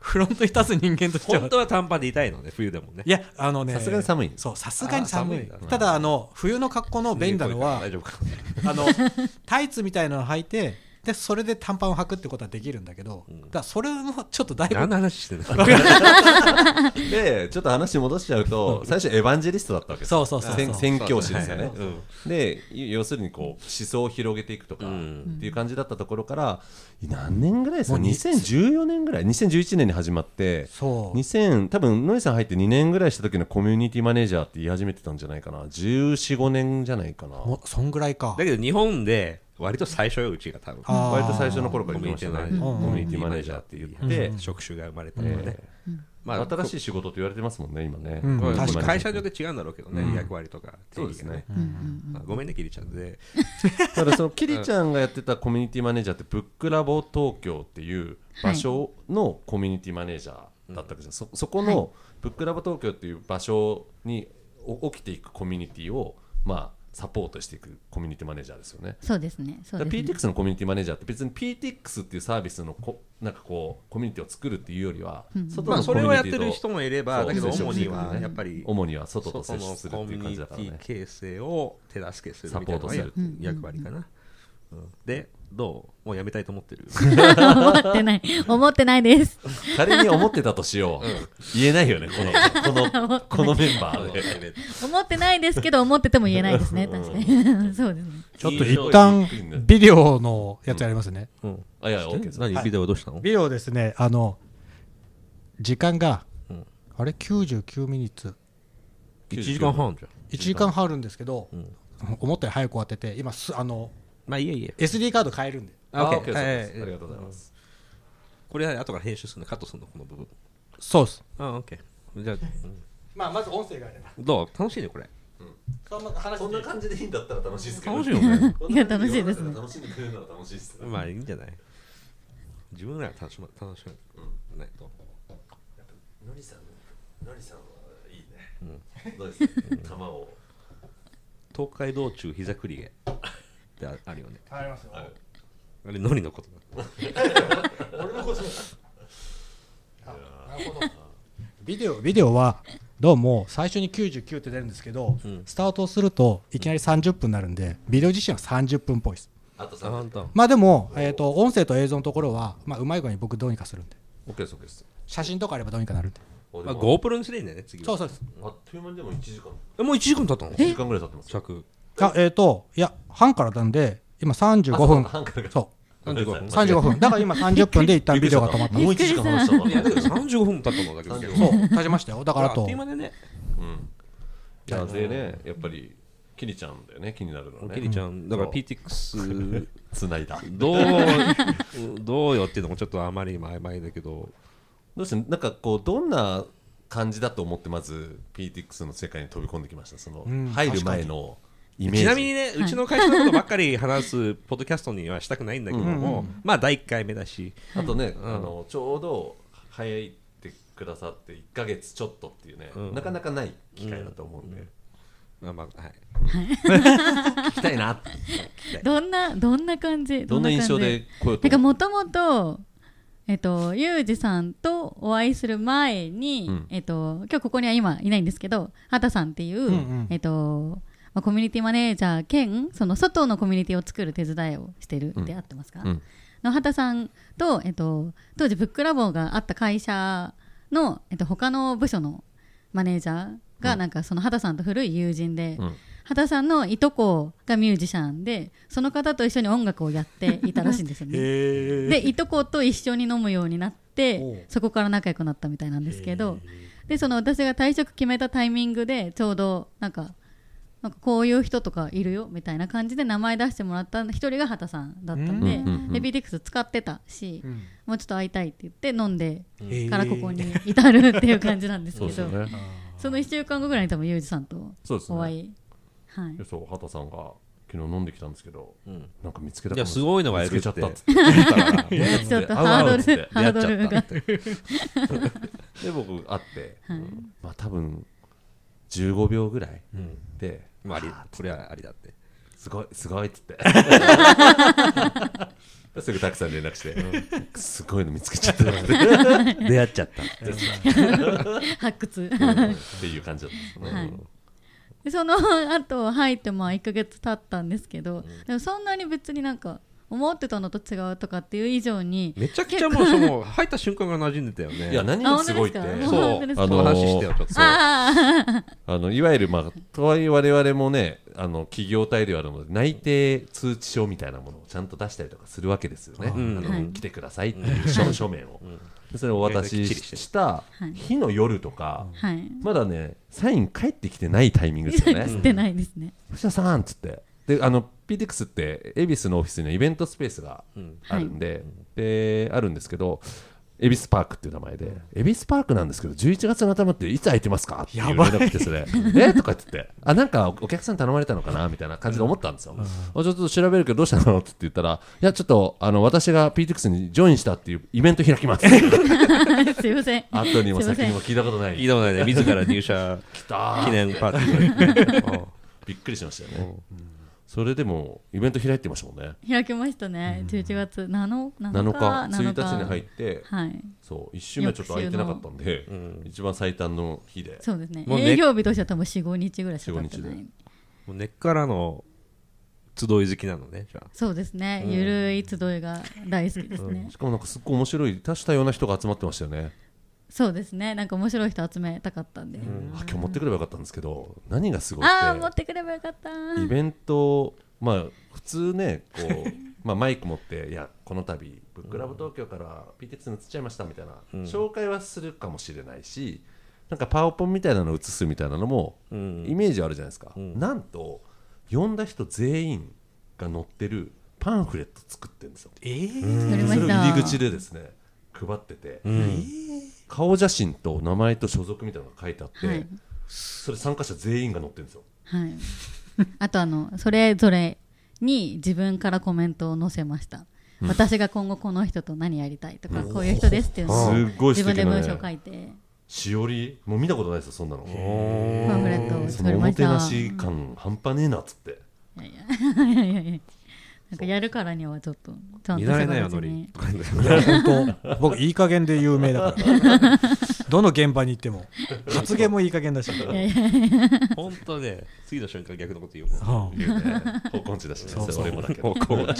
フロントに立つ人間としては本当は短パンでいたいのね冬でもねいやあのねさすがに寒いそうさすがに寒いあー寒いんだただあの冬の格好の便利なのは大丈夫 かあのタイツみたいなの履いてでそれで短パンを履くってことはできるんだけど、だからそれもちょっとだいぶ何の話してんの でちょっと話戻しちゃうと最初エヴァンジェリストだったわけですそうそうそうそう宣宣教師ですよはねいうんで要するにこう思想を広げていくとかっていう感じだったところから何年ぐらいですか2014年ぐらい2011年に始まってそう2000多分ノリさん入って2年ぐらいした時のコミュニティマネージャーって言い始めてたんじゃないかな1415年じゃないかなもうそんぐらいかだけど日本で割と最初ようちが多分あー割と最初の頃からコ言ミュっニテてィまマネージャーしたねコミュニティマネージャーって言って職種が生まれたのねえまあ新しい仕事と言われてますもんね、今ね。うんこれ確かに会社上で違うんだろうけどね、うん役割とか定そうで義すがねね。まあごめんねキリちゃんでただそのキリちゃんがやってたコミュニティマネージャーってブックラボ東京っていう場所のコミュニティマネージャーだったわけじゃん、そそこはいのブックラボ東京っていう場所にお起きていくコミュニティをまあサポートしていくコミュニティマネージャーですよね。そうですね。そうだかでらす PTX ね。のコミュニティマネージャーって別に PTX っていうサービスのこなんかこうコミュニティを作るっていうよりは、うん外まあのそコれミをュやっニティてとる人もいればだけどそ主う接に触するはねやっぱり主には外と外接触のするコってミいうュ感ニじだテからねィ。形成を手助けするみたいなのがサポートするっていう役割かな、うんでどうもうやめたいと思 ってる 思ってない。思ってないです。仮に思ってたとしよう、言えないよねこのこ のこのメンバーで思ってないですけど、思ってても言えないですね。確かに。 そうですね。ちょっと一旦ビデオのやつやりますね、うんあいや OK です何ビデオどうしたの、ビデオですねあの時間が、うんあれ99ミニッツ1時間半じゃん1時間半あるんですけど、ん思ったより早く終わってて今すあのまあいいやいいや SD カード変えるんであ OK オッケでーすはいありがとうございますこれは後から編集するのカットするのこの部分そうですあオッケーじゃあ、まあまず音声があればうんどう楽しいねこれそんな話そんな感じでいいんだったら楽しいですけど楽しいよねこんいなや感楽じしいですね楽しんでくれるなら楽しいですまあいいんじゃない自分らが楽しま楽しまないとのりさんのりさんはいいねのりさん玉を東海道中膝くりげってああるよねありますよああれのりのことだ俺のことなるほどビデオビデオはどうも最初に99って出るんですけど、うんスタートをするといきなり30分になるんでビデオ自身は30分っぽいですあとあさほ OK んとまあでも、えー、と音声と映像のところは、まあ、うまい具合に僕どうにかするんでです OK です写真とかあればどうにかなるんであでまあ、も GoPro にすればいいんだよね次はそうそうですあっという間にでも1時間えもう1時間経ったの1時間ぐらい経ってます着あえっ、といや半からなんで今あ35そう分半からかそ35分う35分だから今30分で一 旦ビデオが止まったもう1時間話したわいやだけど35分も経ったもんだけど35そう立ちましたよだからああっとという間でねうんいやでねやっぱりキリちゃんだよね気になるのはねキリちゃんだから PTX 繋いだどう どうよっていうのもちょっとあまりにも曖昧だけどどうしてなんかこうどんな感じだと思ってまず PTX の世界に飛び込んできましたそのうん入る前のイメージちなみにね、うちの会社のことばっかり話すポッドキャストにはしたくないんだけども、まあ第1回目だし、あとね、あのちょうど早いってくださって1か月ちょっとっていうね、うんなかなかない機会だと思うんで、まあまあはい、聞きたいなってどんな、どんな感 じどんな感じ印象で来ようとなんか思うもともと、えっと、ユージさんとお会いする前に、うんえっと、今日ここには今いないんですけど、畑さんっていう、うんうんえっと、まあ、コミュニティマネージャー兼、その外のコミュニティを作る手伝いをしてるって合ってますか、うんの畑さんと、えっと、当時ブックラボがあった会社の、えっと、他の部署のマネージャーが、なんかその畑さんと古い友人で、うん畑さんのいとこがミュージシャンでその方と一緒に音楽をやっていたらしいんです よね。えでいとこと一緒に飲むようになっておうそこから仲良くなったみたいなんですけどでその私が退職決めたタイミングでちょうどなんかなんかこういう人とかいるよみたいな感じで名前出してもらった一人が畑さんだったんでうんうんうんで BTX 使ってたしうんもうちょっと会いたいって言って飲んでえからここに至るっていう感じなんですそけうですどよねその1週間後ぐらいに多分ユージさんとそうですねお会い。はいいや、そう畑さんが昨日飲んできたんですけど、うんなんか見つけたいやすごいのがい見つるけっちゃてったっつってち ちょっとハード合う合うっつルってハードルがで僕会って、はいうんまあ多分15秒ぐらいで、まあ、ありあーこれはありだってすごいすごいっつって すぐたくさん連絡して、すごいの見つけちゃった なって出会っちゃった発掘っていう感じだったんですね、はいでその 後入ってまあ1ヶ月経ったんですけど、でもそんなに別になんか思ってたのと違うとかっていう以上にめちゃくちゃもうその入った瞬間が馴染んでたよねいや何がすごいってあ本当そうそうですか本当ですかあの話してよちょっとそうあああのいわゆる、まあ、とはいえ我々もねあの企業体ではあるので内定通知書みたいなものをちゃんと出したりとかするわけですよね、うんあのはい来てくださいっていう書書面を、でそれをお渡ししたはい日の夜とか、はいまだねサイン返ってきてないタイミングです よね映ってないですね、藤田さんっつってであの PTX って恵比寿のオフィスにはイベントスペースがあるんで,、であるんですけど恵比寿パークっていう名前で、恵比寿パークなんですけど、11月の頭っていつ空いてますかっていうや連ばい絡来て、それ、えとかって言って、あ、なんかお客さんに頼まれたのかなみたいな感じで思ったんですよ。あちょっと調べるけど、どうしたのって言ったら、いや、ちょっと、あの、私が PTX にジョインしたっていうイベント開き ます。 すいません後にもすいま先せにんも聞いたことない。いいともないね自ら入社 来た記念パーティーびっくりしましたよね。それでも、イベント開いてましたもんね。開けましたね11月7日7日、 7 1日に入って、はいそう、1週目はちょっと空いてなかったんで、一番最短の日で。そうですねもうね営業日としては多分45日ぐらいしか経ってな4-5日いでもう根っからの集い好きなのねじゃあそうですねゆるい集いが大好きですねしかもなんかすっごい面白い多種多様な人が集まってましたよね、そうですねなんか面白い人集めたかったんであ今日持ってくればよかったんですけど何がすごいああ持っってくればよかったてイベントまあ普通ねこ うまあマイク持っていやこの度ブックラブ東京から PTX に移っちゃいましたみたいな、紹介はするかもしれないしなんかパワポンみたいなの移すみたいなのも、イメージあるじゃないですか、なんと呼んだ人全員が載ってるパンフレット作ってるんですよえー乗りまそれしをた入り口でですね配ってて、顔写真と名前と所属みたいなのが書いてあって、はいそれ参加者全員が載ってるんですよはいあとあのそれぞれに自分からコメントを載せました私が今後この人と何やりたいとかこういう人ですっていうのをすっごい自素分敵でなね文章書いてしおりもう見たことないですよそんなのパンフレットをそ作のりおまもしてたなし感半端ねえなっつ っていやいやいやいやいやなんかやるからにはちょっとちゃん見とられないよしたノ形リに本当僕いい加減で有名だからどの現場に行っても発言もいい加減だし本当ね次の瞬間逆のこと言うもんうん言うね方向音痴だしねそうそう俺もだけ方ど向思考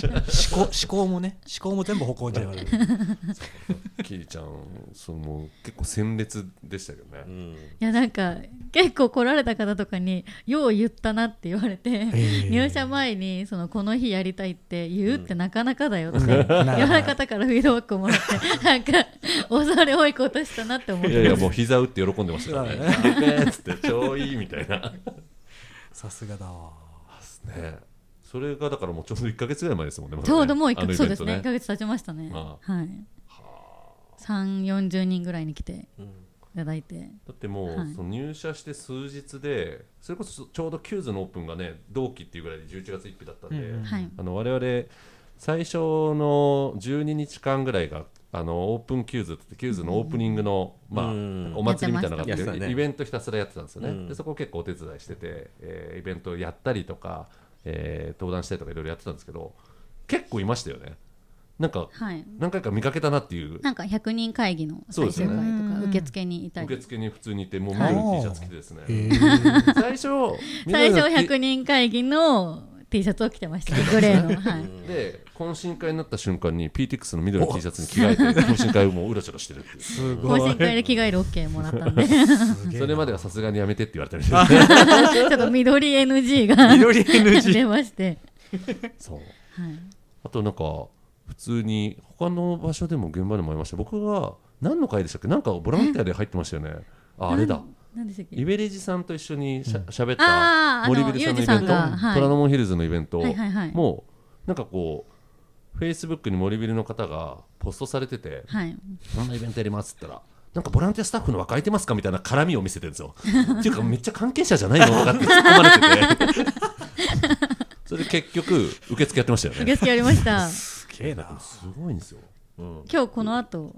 思考もね思考も全部歩行じゃ悪いキリちゃんそのもう結構鮮烈でしたけどね、いやなんか結構来られた方とかに「よう言ったな」って言われてー入社前にその「この日やりたい」って言うってなかなかだよって言われ方からフィードバックをもらってなんか恐れ多いことしたなって思っいやいてやもう膝打って喜んでました からね「やべえ」っつって「超いい」みたいな さすがだわねそれがだからもうちょうど1か月ぐらい前ですもんねまだちねょうどもう1あのかイベントそうですね1か月経ちましたねあはい3 4 0人ぐらいに来ていただいてだってもう、はいその入社して数日でそれこそちょうどキューズのオープンがね同期っていうぐらいで11月1日だったんで、うんうんはいあの我々最初の12日間ぐらいがあのオープンキューズって言ってキューズのオープニングの、まあ、うんなんかお祭りみたいなのがあやっってまてしたねイベントひたすらやってたんですよね、うんでそこを結構お手伝いしてて、えーイベントをやったりとか、えー登壇したりとかいろいろやってたんですけど結構いましたよねなんかはい何回か見かけたなっていうなんか100人会議のそう最ですよ終回ねとか受付にいたり受付に普通にいてもう緑の T シャツ着てですね、最 初最緑初の T- 100人会議の T シャツを着てましたグレーのはいで懇親会になった瞬間に PTX の緑の T シャツに着替えて懇親会をもううろちょろしてるっていうす懇ごい親会で着替える OK もらったんでそれまではさすがにやめてって言われたりして ちょっと緑 NG が緑 NG 出まして、そうはい、あとなんか普通に他の場所でも現場でもありました僕が何の会でしたっけなんかボランティアで入ってましたよねああれだ何でしたっけイベレジさんと一緒にしゃ喋ったあーあの森ビルさんのイベンユートジさんがはい虎ノ門ヒルズのイベントをはいはいはいもうなんかこうフェイスブックに森ビルの方がポストされててはい、こんなイベントやりますって言ったら、なんかボランティアスタッフの枠空いてますかみたいな絡みを見せてるんですよ。 っていうか、めっちゃ関係者じゃないのとかって突っ込まれてて。 それで結局、受付やってましたよね。受付やり ましたすげえなすごいんですよ。今日この後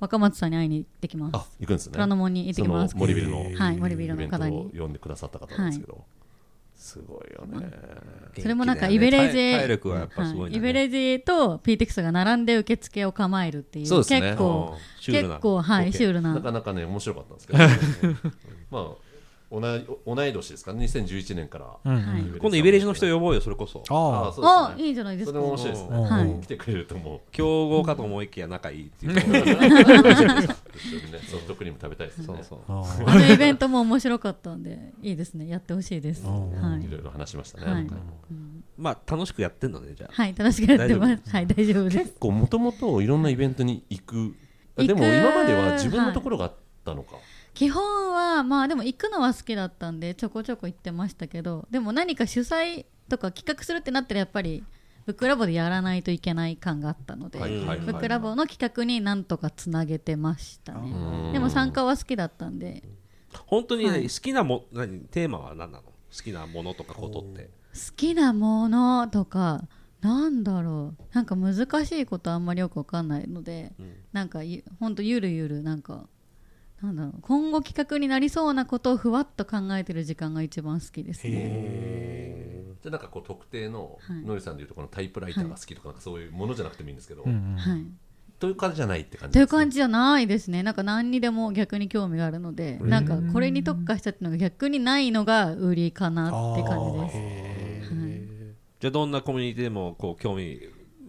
若松さんに会いに行ってきますあ、行くんですね。虎ノ門に行ってきますその森ビルのはい森ビイルベのント方をに呼んでくださった方なんですけど。すごいよね。それもなんかイベレー元気ジ、だよね体体力はやっぱすごいんだねはイベレージと PTX が並んで受付を構えるっていうそうですね結構うんシュールな結構はいシュールななかなかね、面白かったんですけど。まあ同い、同い年ですからね、2011年から。はい今度イベレージの人呼ぼうよそれこそあああ、そうであすね。いいじゃないでそすれかも面白いですね。はいうん来てくれると思う。競合かと思いきや仲いいっていうところ一緒にねソフトクリーム食べたいですね。そうそうあああのイベントも面白かったんでいいですねやってほしいですはいろいろ話しましたね。はい今回もまあ楽しくやってんのねじゃあはい、楽しくやってま大丈す。はい、大丈夫です結。構もともといろんなイベントに行く。あでも行く今までは自分のところがあったのか。基本は、まあ、でも行くのは好きだったんで、ちょこちょこ行ってましたけど、でも何か主催とか企画するってなったら、やっぱり。ブックラボでやらないといけない感があったので、はいはいはいブックラボの企画になんとかつなげてましたね、うんでも参加は好きだったんで本当にね、はい好きなも何テーマは何なの好きなものとかことって好きなものとかなんだろうなんか難しいことあんまりよくわかんないので、なんかいほんとゆるゆるなんかなんだろう今後企画になりそうなことをふわっと考えてる時間が一番好きですね。じゃあなんかこう特定のはいノリさんでいうとこのタイプライターが好きとかなんかそういうものじゃなくてもいいんですけど、うんはい、という感じじゃないって感じとないんでうすね感じじゃないですねなんか何にでも逆に興味があるのでなんかこれに特化したっていうのが逆にないのが売りかなって感じです。ですじゃあどんなコミュニティでもこう興味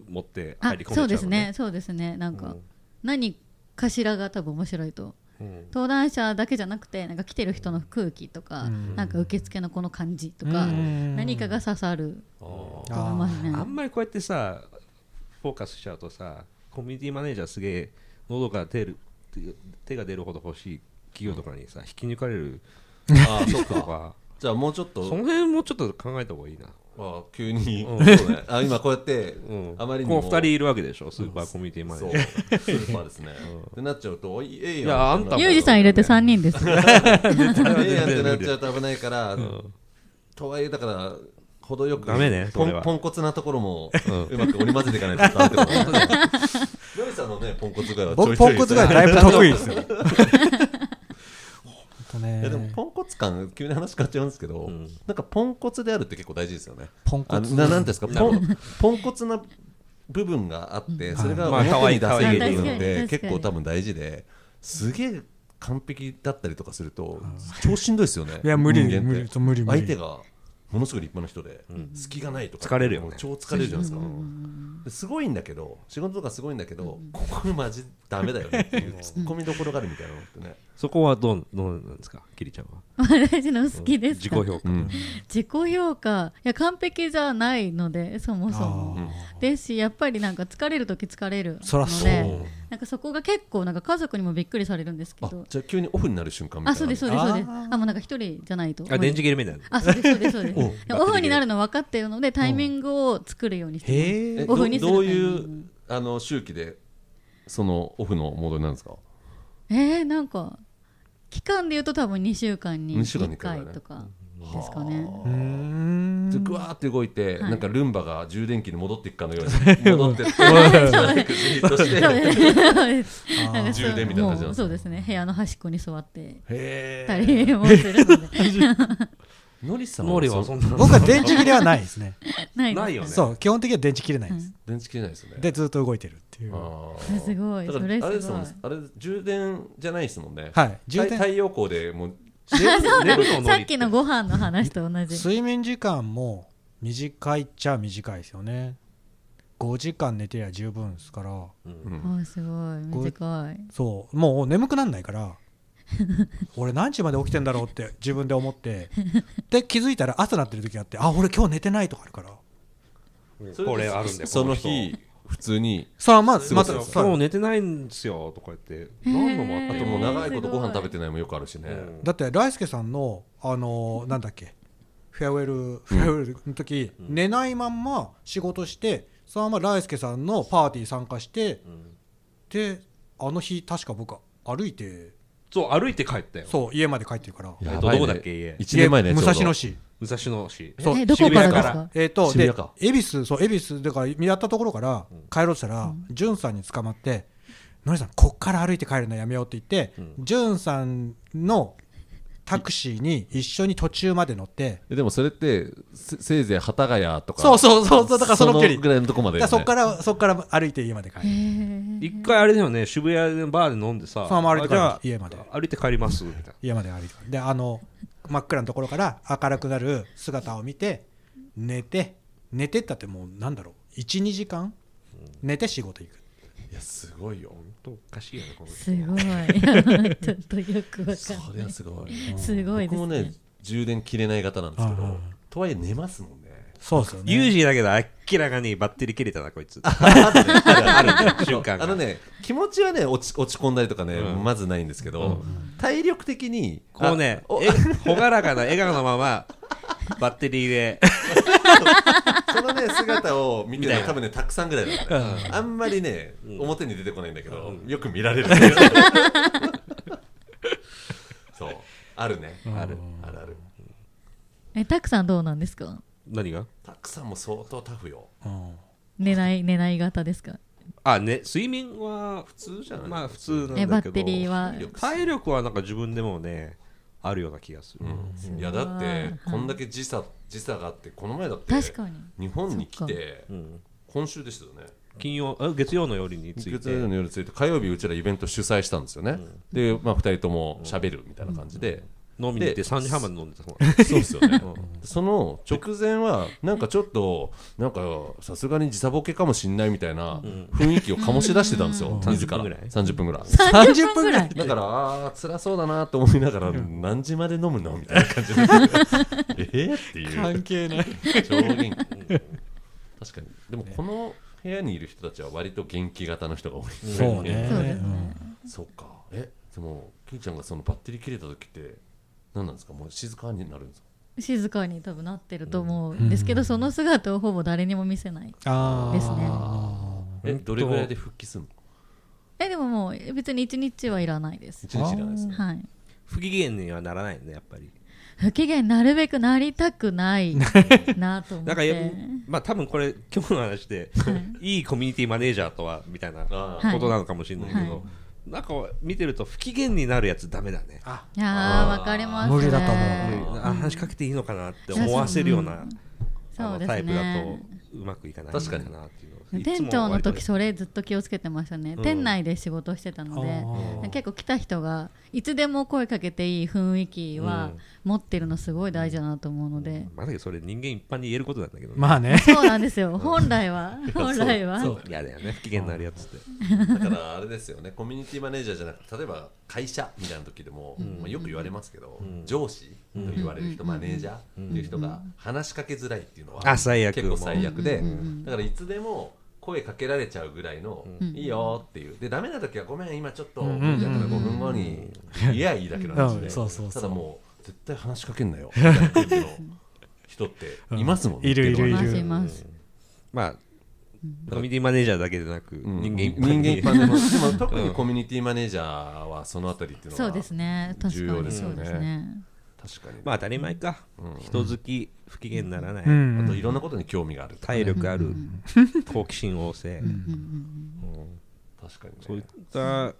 持ってあ入り込んでちゃうそのうですね、そうですねなんか、何かしらが多分面白いとうん登壇者だけじゃなくてなんか来てる人の空気とか、うんなんか受付のこの感じとか、何かが刺さるあーと思いますねあんまりこうやってさフォーカスしちゃうとさコミュニティマネージャーすげえ喉から出る手手が出るほど欲しい企業とかにさ引き抜かれるあーそうとかかじゃあもうちょっそとの辺もちょっと考えた方がいいな、あー急に、うんそうね、あ今こうやって、うん、あまりにこもの2人いるわけでしょスーパーコミュニティマネそーう ジャースーパーですね、ってなっちゃうとおいええやんいやあんたもユージさん入れて3人 ですええやんってなっちゃうと危ないから、とはいえだから程よくダメねそポれはンポンコツなところもんうまく織り交ぜていかないとダメってことね ノリさんのねポンコツ具合はちょ僕いちょポいンコツがだいぶ得意ですよほんといやでもねポンコツ感急に話変わっちゃうんですけど、んなんかポンコツであるって結構大事ですよねポンコツあななんていうんですかポンポンコツな部分があって、それがまあ可表愛にい出せる可愛い部分で確かに結構多分大事ですげえ完璧だったりとかすると超しんどいですよねいや無理人間って無理そう無理無理相手がものすごい立派な人で、隙がないとか疲れるよねもう超疲れるじゃないですか、ですごいんだけど仕事とかすごいんだけど、ここマジダメだよねっていうツッコミどころがあるみたいなのってね そこはどうどうなんですかキリちゃんは私の好きです自己か評価、自己評価いや完璧じゃないのでそもそもですしやっぱりなんか疲れる時疲れるそらそのうでなんかそこが結構なんか家族にもびっくりされるんですけあどじゃあ急にオフになる瞬間みたいあなそうですそうですそうですあもうなんか一人じゃないとあ電池切れみたいなあそうですそうですそうですおでオフになるの分かっているのでタイミングを作るようにしてますへええどオフにするどうタイミいうあの周期でそのオフのモードになるんですかえー、なんか期間で言うと多分2週間に二週間に1一回回だねとかですかね。うんぐわーって動いて、はいなんかルンバが充電器に戻 っていくかのように戻ってって じーっとして そうですなんかそう充電みたいな感じなんでもうすねそうですね部屋の端っこに座ってへたりもするのでーのりさん脳裏はそんな僕は電池切れはないですねないないよねそう基本的には電池切れないです電池切れないですよねでずっと動いてるっていうはあねー すごいだからそれすごあいれですもんねあれ充電じゃないですもんねい充充電電太陽光でもう寝るのさっきのご飯の話と同じ睡眠時間も短いっちゃ短いですよね5時間寝てりゃ十分ですからうんあすごい短いそうもう眠くなんないから 俺何時まで起きてんだろうって自分で思ってで気づいたら朝なってる時があってあ俺今日寝てないとかあるからうんこれあるんでその日普通にさあまあすごいまですたよ今そ日う寝てないんですよとか言って何度もあったあとよもう長いことすごごい飯食べてないもよくあるしねうんだって大輔さんのあのーなんだっけフェアウェルフェアウェルの時、寝ないまんま仕事してそのまま大輔さんのパーティー参加して、であの日確か僕歩いてそう歩いて帰ったよそう家まで帰ってるからややばいねどこだっけ家一年前ね家ちょう武ど蔵野市武蔵野市そうえどこからです渋谷かえー、と渋で谷か恵比寿そう恵比寿だからやったところから帰ろうとしたら、じゅん、さんに捕まって「のりさんこっから歩いて帰るのやめよう」って言ってじゅ、んさんのタクシーに一緒に途中まで乗ってでもそれってせせいぜい幡ヶ谷とかそうそうそうそうだからその距離ぐらいのとこまでだよかねらそっからそっから歩いて家まで帰る一回あれだよね渋谷でバーで飲んでさそのまま歩いて帰るあじゃあ家まで歩いて帰りますみたい家まで歩いて帰るであの真っ暗なところから明るくなる姿を見て寝て寝てったってもうなんだろう12時間寝て仕事行くいやすごいよなおかしいよねこの人すごい ちょっとよくわ かそんりなゃいすごいすごい僕でもすねね充電切れない型なんですけはいはどいとはいえ寝ますもんねそうですよねユージだけど明らかにバッテリー切れたなこい つあるね瞬間があのね気持ちはね落ち落ち込んだりとかね、うんまずないんですけど、体力的にこうねあおえ朗らかな笑顔のままバッテリーでそのね姿を見てみるたいのな多分ねたくさんぐらいだから、ねあんまりねん表に出てこないんだけど、うよく 見られる、そうあるねあるあるあるえたくさんどうなんですか何がたくさんも相当タフようん寝ない寝ない型ですかあね睡眠は普通じゃないまあ普通なんだけえどバッテリーは体力はなんか自分でもねあるような気がする、いやだってこんだけ時差時差があってこの前だって確かに日本に来てうん今週でしたよね金曜あ月曜の夜につい月て曜の夜ついて火曜日うちらイベント主催したんですよね、で、まあ、2人とも喋るみたいな感じで、飲みに行ってで3時半まで飲んでたそうそうですよね、その直前はなんかちょっとなんかさすがに時差ボケかもしんないみたいな雰囲気を醸し出してたんですよ、自ら30分ぐらい30分ぐらい30分ぐらいだからあー辛そうだなと思いながら何時まで飲むのみたいな感じで えーっていう関係ない超元気確かにでもこの部屋にいる人たちは割と元気型の人が多いそそうねうですねそうかえでも金ちゃんがそのバッテリー切れた時って何なんですかもう静かになるんですか静かに多分なってると思うんですけど、その姿をほぼ誰にも見せないあですねえどれぐらいで復帰するのえでももう別に一日はいらないです一日いらないですねはい不機嫌にはならないねやっぱり不機嫌なるべくなりたくないなと思ってだからやまあ多分これ今日の話でいいコミュニティマネージャーとはみたいなこあはいとなのかもしれないけど、なんか見てると不機嫌になるやつダメだねいやーわかりますね無理だと思うんあ話しかけていいのかなって思わせるようなあそうのですタイプだとねうまくいかない確かになっていうのをいつも店長の時割それずっと気をつけてましたね、店内で仕事してたのあで結構来た人がいつでも声かけていい雰囲気は持ってるのすごい大事だなと思うので、とまだそれ人間一般に言えることなんだけど、ま あねそうなんですよ本来 は本来はそう嫌だよね不機嫌になるやつってだからあれですよねコミュニティマネージャーじゃなくて例えば会社みたいな時でも、まあ、よく言われますけど、上司と言われる人、マネージャーっていう人が話しかけづらいっていうのは、あ最悪結構最悪で、だからいつでも声かけられちゃうぐらいの、いいよっていうでダメな時はごめん今ちょっと、んうんうんだから5分後に言えばいいだけの話で、うんそうそうそたうだもう絶対話しかけんなよみたいな感じの人っていますもんね、 うんいるいるいいまるすいます、まあコミュニティマネージャーだけでなく、うん人間一般人間に 一般でもでも特にコミュニティマネージャーはそのあたりっていうのはそうですね確重か要にですそようねですね確かに、まあ当たり前か、人好き不機嫌にならない、うんあといろんなことに興味があるとか体ね、力ある、好奇心旺盛、確かにねそういった、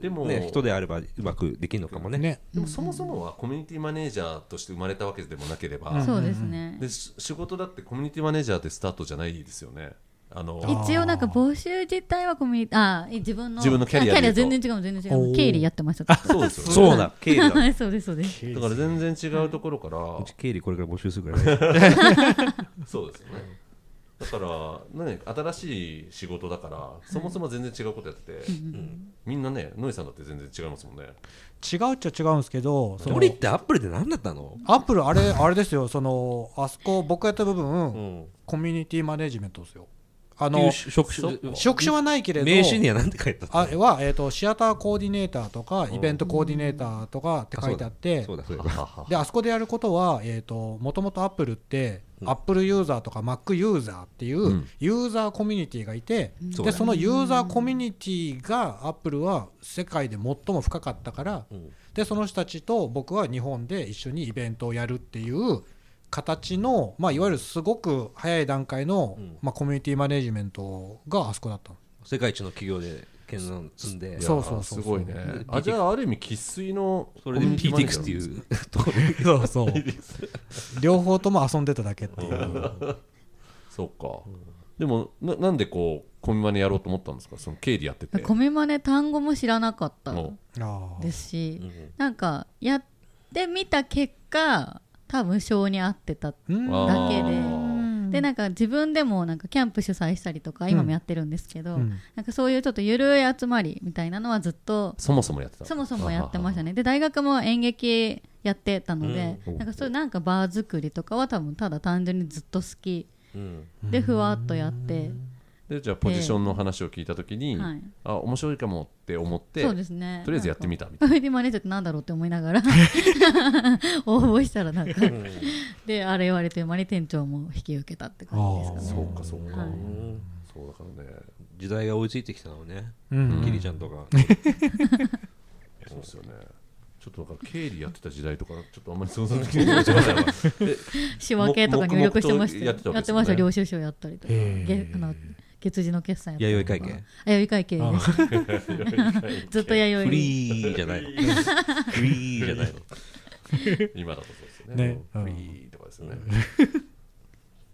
でも、ね、人であればうまくできるのかもねねでもそもそもはコミュニティマネージャーとして生まれたわけでもなければ、そうですねでし仕事だってコミュニティマネージャーってスタートじゃないですよねあの一応なんか募集自体はコミュニティあ自分の自分のキャリアであキ言ャうとリア全然違う全然違おうー経理やってましたそうですよねそうだ経理 だはいそうですそうですだから全然違うところから、うち経理これから募集するからねそうですよねだから、ね、新しい仕事だからそもそも全然違うことやってて、みんなねノイさんだって全然違いますもんね違うっちゃ違うんですけどそのドリってアップルで何だったの、アップルあれあれですよそのあそこ僕やった部分、うん、コミュニティマネジメントですよあっていのう職種職種はないけれど名刺には何て書いてあったあは、えー、とシアターコーディネーターとかイベントコーディネーターとかって書いてあってそうだそうだであそこでやることは、えー、ともともとアップルって、うんアップルユーザーとか Mac ユーザーっていう、うんユーザーコミュニティがいて、そうでだそのユーザーコミュニティがアップルは世界で最も深かったから、うんでその人たちと僕は日本で一緒にイベントをやるっていう形の、まあ、いわゆるすごく早い段階の、うんまあ、コミュニティマネジメントがあそこだったの世界一の企業で検算積んでそうそうそすうごいねあじゃあある意味生粋のそれで PTX ってういうところそうそう両方とも遊んでただけっていうそうか、でもななんでこうコミマネやろうと思ったんですかその経理やっててコミマネ単語も知らなかったもあーですし、うんなんかやってみた結果多分性に合ってたうんあだけでーでなんか自分でもなんかキャンプ主催したりとか今もやってるんですけど、うんなんかそういうちょっと緩い集まりみたいなのはずっとそもそもやってたそもそもやってましたねで大学も演劇やってたので、なんかそういうなんかバー作りとかは多分ただ単純にずっと好きうんでふわっとやってでじゃあポジションの話を聞いた時に、はいあ面白いかもって思ってそうですねとりあえずやってみたみたいなんか ID マネージャーってなんだろうって思い ながら応募したらなんかであれ言われてマネ店長も引き受けたって感じですそかねうかそうか、はいそうだからね時代が追いついてきたのね、うんキリちゃんと か、そうですよねちょっとだから経理やってた時代とかちょっとあんまり想像できないかもし れないえ仕分けとか入力してましたやよってたわやけでっすよねてましたよ領収書やったりとかへーげあの月次の決算やったり弥と生か会計 あ弥生会計ですずっと弥生フにリーじゃないのフリーじゃないの今だとそうですよねねうんフうんリーとかですよね、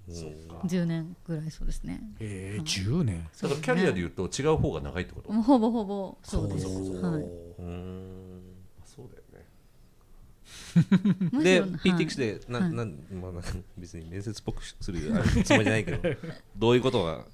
そうか10年ぐらいそうですねえー、10年だからキャリアで言うと違う方が長いってこともうほぼほぼそうですはそいうだよねむしでろはい PTX でな、はいなんまあ、なんか別に面接っぽくするあれつもりじゃないけどどういうことが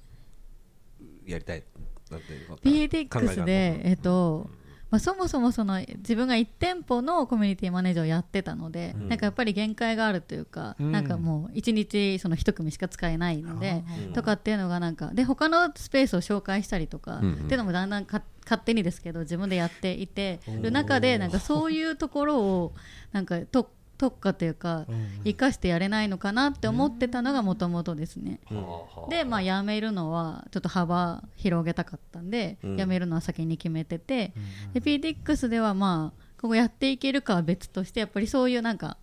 やりたいなんていうのか考えがある PTX ので、えっとまあ、そもそもその自分が1店舗のコミュニティマネージャーをやってたので、なんかやっぱり限界があるというか、うんなんかもう1日その1組しか使えないのでうんとかっていうのがなんかで他のスペースを紹介したりとか、うんうんっていうのもだんだんか勝手にですけど自分でやっていてる中でなんかそういうところをなんかと特化というか生かしてやれないのかなって思ってたのがもともとですね。はあはあで、まあ、辞めるのはちょっと幅広げたかったんで、うん辞めるのは先に決めてて、で PDX ではまあここやっていけるかは別としてやっぱりそういうなんか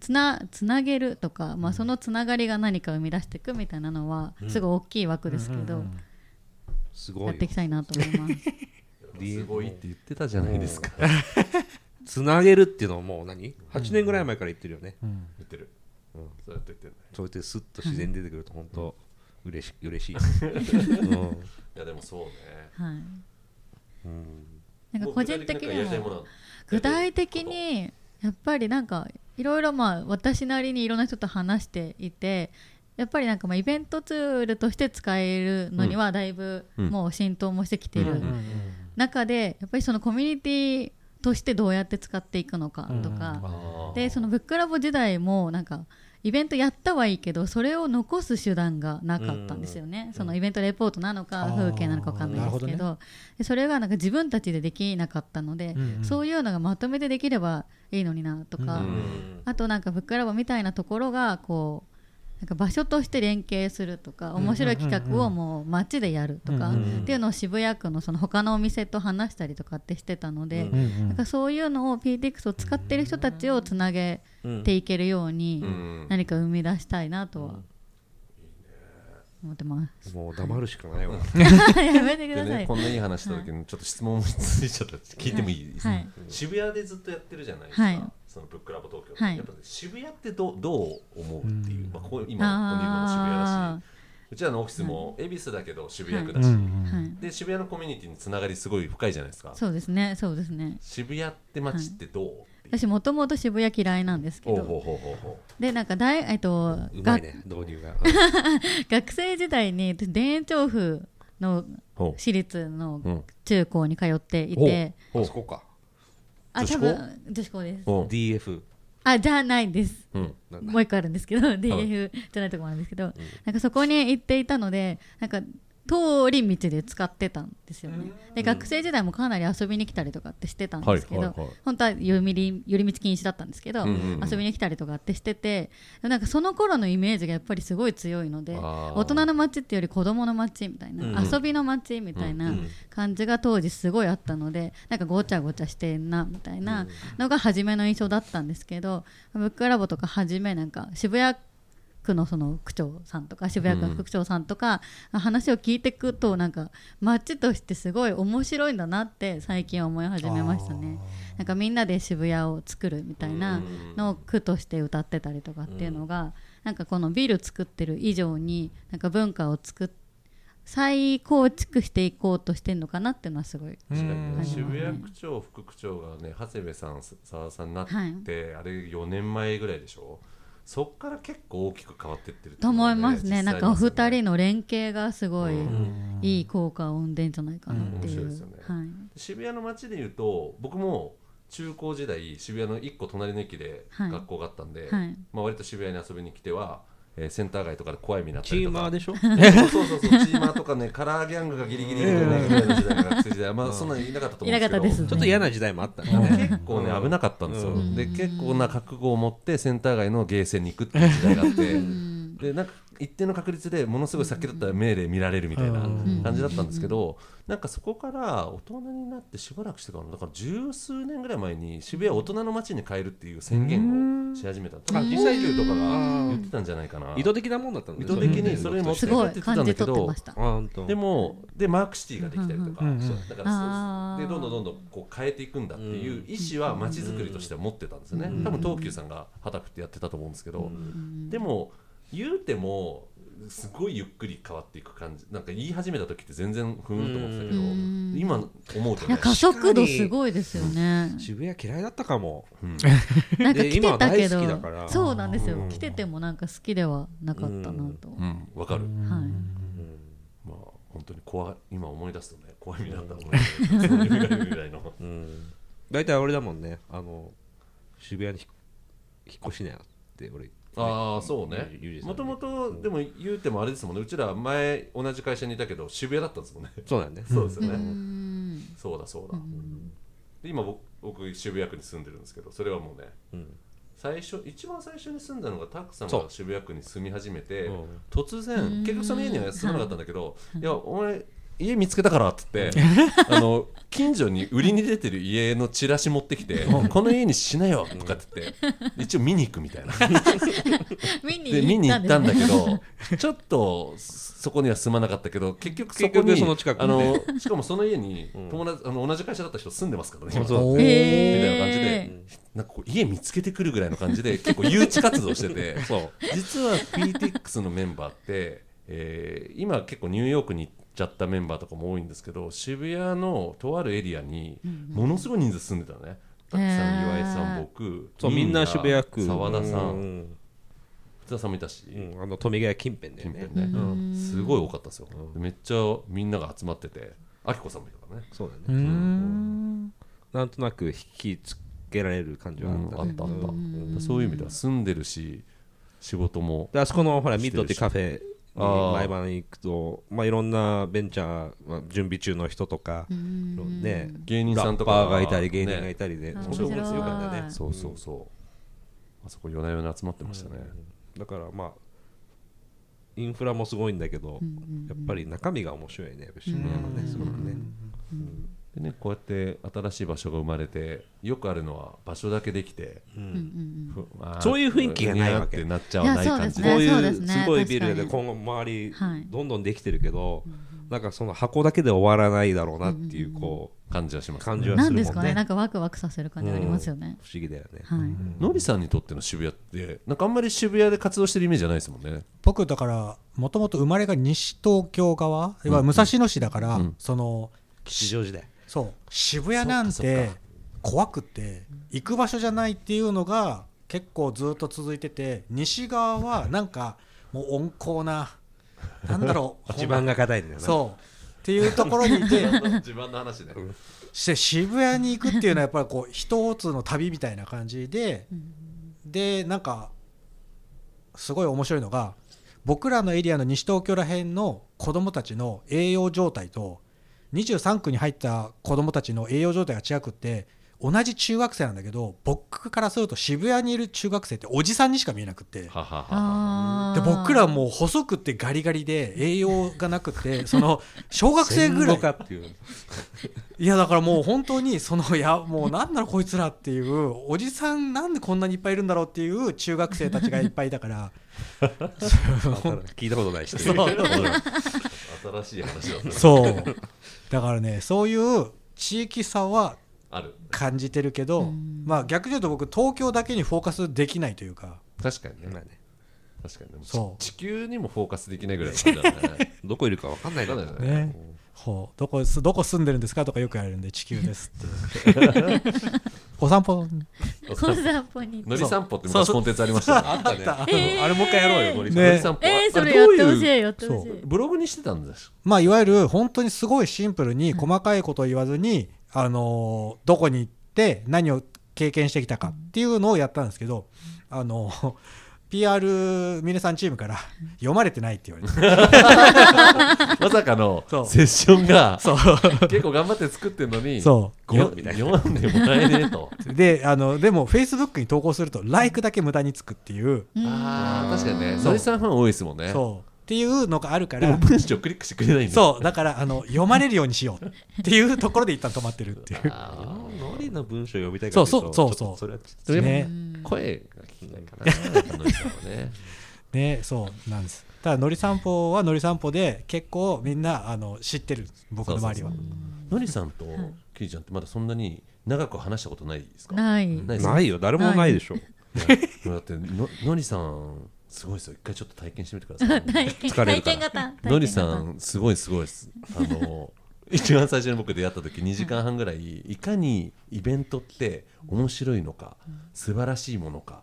つなつなげるとか、まあ、そのつながりが何かを生み出していくみたいなのはすごい大きい枠ですけど、すごやっいていきたいなと思いますすごいって言ってたじゃないですかつなげるっていうのはもう何8年ぐらい前から言ってるよね、言ってる、うん、そうやって言ってるねそうやってスッと自然に出てくると本当嬉し嬉しいです、うんいやでもそうねはいうんなんか個人的にもう具体的なんかやりたいものはは具体的にやっぱりなんかいろいろまあ私なりにいろんな人と話していてやっぱりなんかまあイベントツールとして使えるのにはだいぶうんもう浸透もしてきているうん中でやっぱりそのコミュニティとしてどうやって使っていくのかとうんうんかあーでそのブックラボ時代もなんかイベントやったはいいけどそれを残す手段がなかったんですよねそのイベントレポートなのあかー風景なのかわかんないですなけるほどでそれがなんか自分たちでできなかったのでうんうんそういうのがまとめてできればいいのになとか、うんあとなんかブックラボみたいなところがこうなんか場所として連携するとか面白い企画をもう街でやるとかうんうんうんっていうのを渋谷区のその他のお店と話したりとかってしてたので、うんなんかそういうのを PTX を使ってる人たちをつなげうんていけるようにうん何か生み出したいなとは思ってます。もう黙るしかないわ やめてでくださね、い。こんないい話した時にちょっと質問もついちゃった聞いてもいいですか、はい渋谷でずっとやってるじゃないですか、はいそのブックラボ東京、はいやっぱね渋谷ってどうどう思うっていう、まあ、こう今ここにいるのも渋谷だあしうちらのオフィスも恵比寿だけど渋谷区だうし、あ、んはい、で渋谷のコミュニティにつながりすごい深いじゃないですかそうですね、そうですね。渋谷って街ってどう、っていう私もともと渋谷嫌いなんですけほうどほうほうほうほでなんか大、えっとうまがいね導入が学生時代に私田園調布のうほ私立のう、うん、中高に通っていほて、あそこかあ女子多校分女子校ですほう DF あじゃないですうんなんだもう一個あるんですけど DF じゃないとこもあるんですけど、なんかそこに行っていたのでなんか通り道で使ってたんですよねで学生時代もかなり遊びに来たりとかってしてたんですけど、はいはいはい本当は寄り道寄り道禁止だったんですけど、うんうんうん遊びに来たりとかってしててなんかその頃のイメージがやっぱりすごい強いのであー大人の街っていうより子どもの街みたいな、うんうん遊びの街みたいな感じが当時すごいあったのでなんかごちゃごちゃしてんなみたいなのが初めの印象だったんですけどブックラボとか初めなんか渋谷区のその区長さんとか渋谷区の副区長さんとか話を聞いていくとなんか街としてすごい面白いんだなって最近思い始めましたね。なんかみんなで渋谷を作るみたいなのを区として歌ってたりとかっていうのがなんかこのビル作ってる以上になんか文化を作っ再構築していこうとしてるのかなっていうのはすごい確かにうねん渋谷区長副区長がね長谷部さん澤さんになって、はいあれ4年前ぐらいでしょそっから結構大きく変わってってると思いますねなんかお二人のの連携がすごいいい効果を生んでんじゃないかなってい、うん面白いうですよねはい、渋谷の街でいうと僕も中高時代渋谷の1個隣の駅ではい学校があったんで、はいまあ、割と渋谷に遊びに来てはえーセンター街とかで怖い目にあったチりーとかマーでしょそうそうそうチーマーとかねカラーギャングがギリギリいるよねぐらいの時代学生時代まあそんなにいなかったと思うんですけどいなかったですちょっと嫌な時代もあったんだね結構ね危なかったんですよ、うんで結構な覚悟を持ってセンター街のゲーセンに行くっていう時代があってでなんか一定の確率でものすごい先だったら命令見られるみたいなうん感じだったんですけどなんかそこから大人になってしばらくしてからだから十数年ぐらい前に渋谷を大人の街に変えるっていう宣言をし始めたとか実際とかが言ってたんじゃないかな意図的なもんだったんだ意図的にそれ持ってす帰ごっいてたん感だじけ取ってどましたあ本当でもでマークシティができたりとか、うんうんそうだからあそーうでどんどんどんどんこう変えていくんだっていう意思は街づくりとしては持ってたんですよね、多分東急さんがはたくってやってたと思うんですけど、でも言うてもすごいゆっくり変わっていく感じなんか言い始めた時って全然ふーんと思ってたけど、うん今思うといやね加速度すごいですよね渋谷嫌いだったかもうんなんか来てたけ今は大好きだどからそうなんですうよん来ててもなんか好きではなかったなとうはんわかる、いまあ本当に怖い今思い出すとね怖い目だったもんね、 そういうぐらいのうん大体俺だもんねあの渋谷に引っ引っ越しなよって俺ああそうねゆうじさんもにともとでも言うてもあれですもんねうちら前同じ会社にいたけど渋谷だったんで すもんねそうなんねそうですよね、うんそうだそうだ、で今僕僕渋谷区に住んでるんですけどそれはもうねうん最初一番最初に住んだのがたくさんそがう渋谷区に住み始めてうん突然結局その家には住まなかったんだけど「いやお前家見つけたから」っつってあの近所に売りに出てる家のチラシ持ってきて「この家にしなよ」とかって言って一応見に行くみたいな。見にで見に行行っったたんんで だすけねどちょっとそこには住まなかったけど結局そ結こに局その近くあにねのしかもその家に友達、あの同じ会社だった人住んでますからね今そうおだねみーへーたいな感じで、なんかこう家見つけてくるぐらいの感じで結構誘致活動してて そう実は PTX のメンバーって、えー今結構ニューヨークに行っちゃったメンバーとかも多いんですけど渋谷のとあるエリアにものすごい人数住んでたのね。たくさん岩井さん僕そうみんな渋谷区澤田さうんん福田さんもいたし、うんあの富ヶ谷近辺だよ近ね辺ね、すごい多かったですよ、めっちゃみんなが集まっててあきこさんもいたからねそうだねうんなんとなく引きつけられる感じはあったあねったあった、そういう意味では住んでるし仕事もであそこのほらミッドってカフェにあー毎晩行くとまあいろんなベンチャーまあ準備中の人とかね芸人さんとかラッパーがいたり芸人がいたりでねそれも面白いよかったねそうそうそうあそこ夜な夜な集まってましたね、だからまあインフラもすごいんだけど、やっぱり中身が面白いね、渋谷はね、すごくね。でねこうやって新しい場所が生まれてよくあるのは場所だけできて、ふあーそういう雰囲気がないわけふにゃーってなっちゃわないいやそう感ですじこねうそういですうねすごいビルで確か今後周りはいどんどんできてるけど、なんかその箱だけで終わらないだろうなっていうこ感じはしまうすね感じはなすんるですもかんねなねん。かワクワクさせる感じありますよね不思議だよね。はいのりさんにとっての渋谷ってなんかあんまり渋谷で活動してるイメージじゃないですもんね僕だからもともと生まれが西東京側いわゆる武蔵野市だから、んその吉祥寺で。そう渋谷なんそっかそて怖くて行く場所じゃないっていうのが結構ずっと続いてて西側はなんかもう温厚ななんだろ う地盤が硬いんだよね。そうっていうところにい て自慢の話ねして渋谷に行くっていうのはやっぱりこう一つの旅みたいな感じででなんかすごい面白いのが僕らのエリアの西東京ら辺の子供たちの栄養状態と23区に入った子供たちの栄養状態が違くって同じ中学生なんだけど僕からすると渋谷にいる中学生っておじさんにしか見えなくって。ははははあでー僕らもう細くてガリガリで栄養がなくてその小学生ぐら戦い後かっていう。いやだからもう本当にそのいやもうなんだろうこいつらっていうおじさんなんでこんなにいっぱいいるんだろうっていう中学生たちがいっぱいいたから聞いたことないし。新しい話だったそうだからねそういう地域差はある感じてるけどまあ逆に言うと僕東京だけにフォーカスできないというか確かにまあねね確かにねそう地球にもフォーカスできないぐらいの感じだねどこいるかわかんないか わからんないねねほうどこすどこ住んでるんですかとかよく言われるんで地球ですって お散歩小散歩にのり散歩って昔コンテンツありましたよねあったねあれもう一回やろうよ、森さん。のねり散歩えー、そあれどやっうてほしいういやってほしいブログにしてたんですまあ、いわゆる本当にすごいシンプルに細かいことを言わずに、あのーどこに行って何を経験してきたかっていうのをやったんですけど、あのー PR ミネさんチームから読まれてないって言われてまさかのそうセッションがそう結構頑張って作ってんのにそご読んでもらえねえとうであのでも Facebook に投稿すると「like」だけ無駄につくっていう、あー確かにねそれさんファン多いですもんねそうっていうのがあるかでもら文章クリックしてくれないんだ そうだからあの読まれるようにしようっていうところで一旦止まってるっ ていうあノリの文章読みたいからそうそうそうそうそれはーでもね声が聞きないかなあの人はねねそうなんですただ「のり散歩」は「のり散歩」で結構みんなあの知ってる僕の周りはそうそうそうのりさんときりちゃんってまだそんなに長く話したことないですかないないですよなねいよ誰もないでしょだってののりさんすごいですよ一回ちょっと体験してみてくださ い疲れ体るか験ら型のりさんすごいすごいですあの一番最初に僕出会った時2時間半ぐらいいかにイベントって面白いのか素晴らしいものか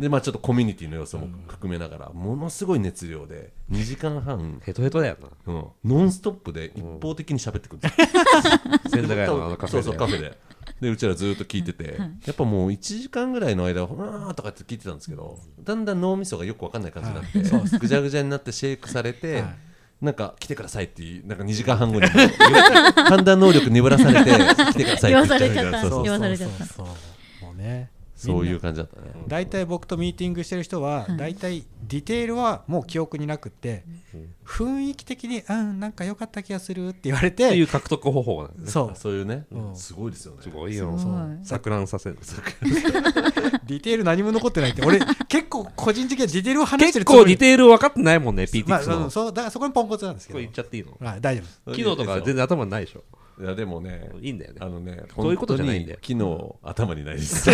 でまあちょっとコミュニティの要素も含めながらものすごい熱量で2時間半ヘトヘトだよなうんノンストップで一方的に喋ってくるんですよ千駄ヶ谷 のあのカフェそうでそうカフェででうちらずっと聞いてて、やっぱもう1時間ぐらいの間ほらーとかって聞いてたんですけどだんだん脳みそがよく分かんない感じになって、ぐじゃぐじゃになってシェイクされて、なんか来てくださいっていうなんか2時間半後に 判断能力鈍らされて来てくださいって言っちゃうみた言わさいなれちゃったそうそう言わされちゃったそうそうそうもうねそういう感じだったね大体僕とミーティングしてる人は大体ディテールはもう記憶になくって雰囲気的に「うんなんか良かった気がする」って言われっていてう獲得方法なんですね そうそういうね、うんすごいですよねすごいよすごい錯乱させるディテール何も残ってないって 俺結構個人的にはディテールを話して結る構ディテール分かってないもんね PTX まあのうんそうだからそこにポンコツなんですけこれ言っどちゃっていいのはい大丈夫です機能とか全然頭にないでしょいやでもねいいんだよねあのねそういうことじゃないんだよ本当に昨日頭にないです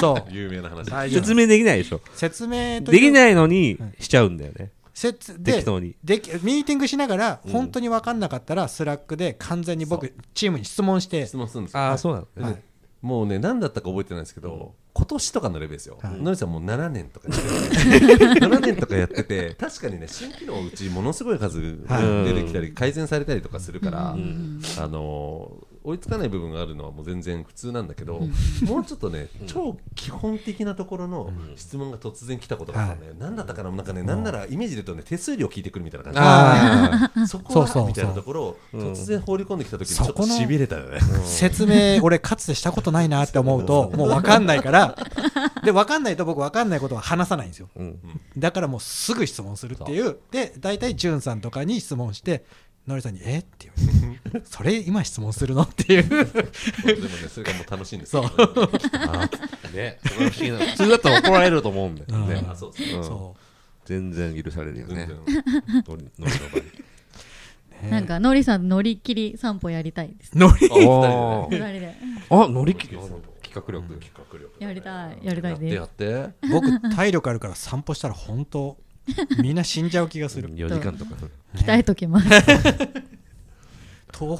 そう有名な話大丈夫説明できないでしょ説明とできいないのにしちゃうんだよね説で適当にできミーティングしながら本当に分かんなかったらスラックで完全に僕チームに質問して質問するんですよああそうなのでねもうね何だったか覚えてないんですけど、今年とかのレベルですよ、はいのりさんもう7年とかやって る7年とかやってて確かにね新機能うちものすごい数は出てきたり改善されたりとかするから、あのー追いつかない部分があるのはもう全然普通なんだけど、もうちょっとね超基本的なところの質問が突然来たことがあったのね、何だったかななんかねなんならイメージで言うとね手数料聞いてくるみたいな感あじ そこはそうそうそうみたいなところを突然放り込んできた時にちょっそとこのしびれたよね。説明俺かつてしたことないなって思うともう分かんないからで分かんないと僕分かんないことは話さないんですよあうんだからもうすぐ質問するっていうで大体じゅんさんとかに質問してのりさんに「えっ?」て言 われて「それ今質問するの?」っていうでもね、それがもう楽しいんですよ。ねそこが不思議な普通だったら怒られると思うんだよねあそうですうねんそう全然許されるよ全ね然ノリノリの場になんかのりさん乗り切り散歩やりたいですのりあ二人でーあ乗り切る企画力企画力やりたいやりたやいってでやすって。僕体力あるから散歩したら本当みんな死んじゃう気がする4時間とか鍛えとき ます東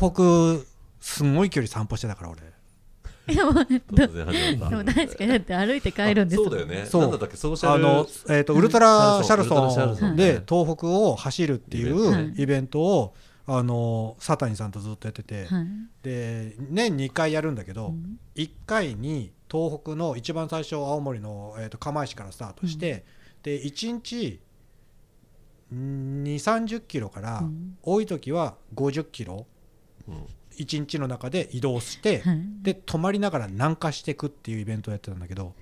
北すごい距離散歩してたから俺でもねど突然始までっも確かにだって歩いて帰るんですた。そうだよね。そうなんだったっけ、ソーシャあル。の、えー、とウルトラシャルウルトラシャルソソンンうんで東北を走るっていはいうイベントを、あの佐谷さんとずっとやってて、はいで年2回やるんだけど、1回に東北の一番最初青森の、えー、と釜石からスタートして、で1日2 3 0キロから、うん多い時は5 0キロうん1日の中で移動して、はいで泊まりながら南下していくっていうイベントをやってたんだけど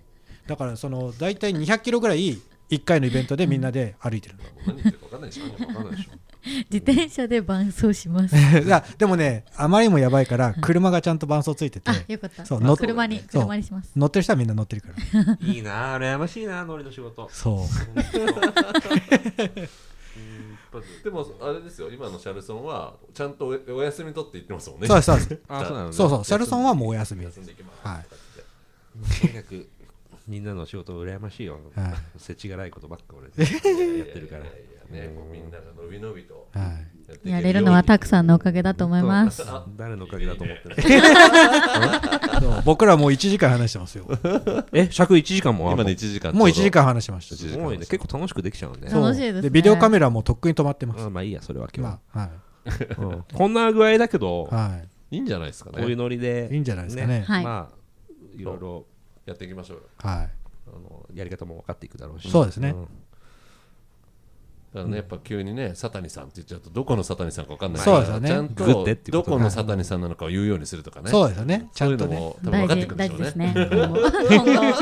だからその大体200キロぐらい1回のイベントでみんなで歩いてる何言ってるか分かんないでしょ。分かんないでしょ。自転車で伴走しますいやでもねあまりにもやばいから車がちゃんと伴走ついててあよかったそう乗っ車にそう車にします乗ってる人はみんな乗ってるからいいな羨ましいなノリの仕事そうでも、あれですよ、今のシャルソンは、ちゃんとおお休み取って言ってますもんね。そうそうそうあそうなのねそうそうシャルソンはもうお休み休んでいきます。はいとにかくみんなの仕事羨ましいよはい世知辛いことばっか俺やってるからいやいやね、こうみんなが伸び伸びとはいっていけるように。やれるのはたくさんのおかげだと思います本当誰のおかげだと思ってないそう僕らもう1時間話してますよ え尺1時間もあん今のね、1時間。もう1時。間話してました1すごいね結構楽しくできちゃうねそう楽しいですねビデオカメラもとっくに止まってますあまあいいやそれは今日はまあはいうんこんな具合だけどはいいいんじゃないですかこういうね。ノリでいいんじゃないですかねはいまあいろいろやっていきましょうよ。はいあのやり方も分かっていくだろうしそうですねんだからね、やっぱ急にね、サタニさんって言っちゃうと、どこのサタニさんか分かんないそうかですよら、ねちゃんグッてとっていうどことこのサタニさんなのかを言うようにするとかね、そうですよねちそゃういうんとのねも多分大分かって事くるんで大しょ事です。うねね。今後今後まあ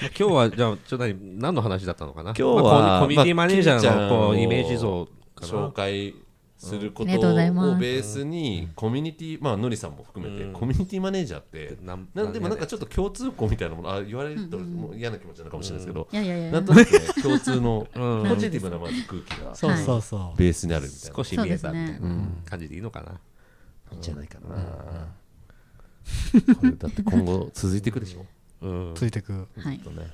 今日はじゃあちょっと何何の話だったのかな今日はまあコミコミュニティまあマネージャーのこうキミちゃんをイメージ像か紹な介するこありとがとうございまをすベースにコミュニティまあのりさんも含めてうんコミュニティマネージャーってなんなんでもなんかちょっと共通項みたいなものあ言われるともう嫌な気持ちなのかもしれないですけどいやいやいなやん。となくね共通のうんポジティブなまず空気がそうそうそう、ベースにあるみたいな少し見えたみたいそうでなすね感じでいいのかな、いいんじゃないかなこれだって今後続いていくでしょうんついてくはいきっとね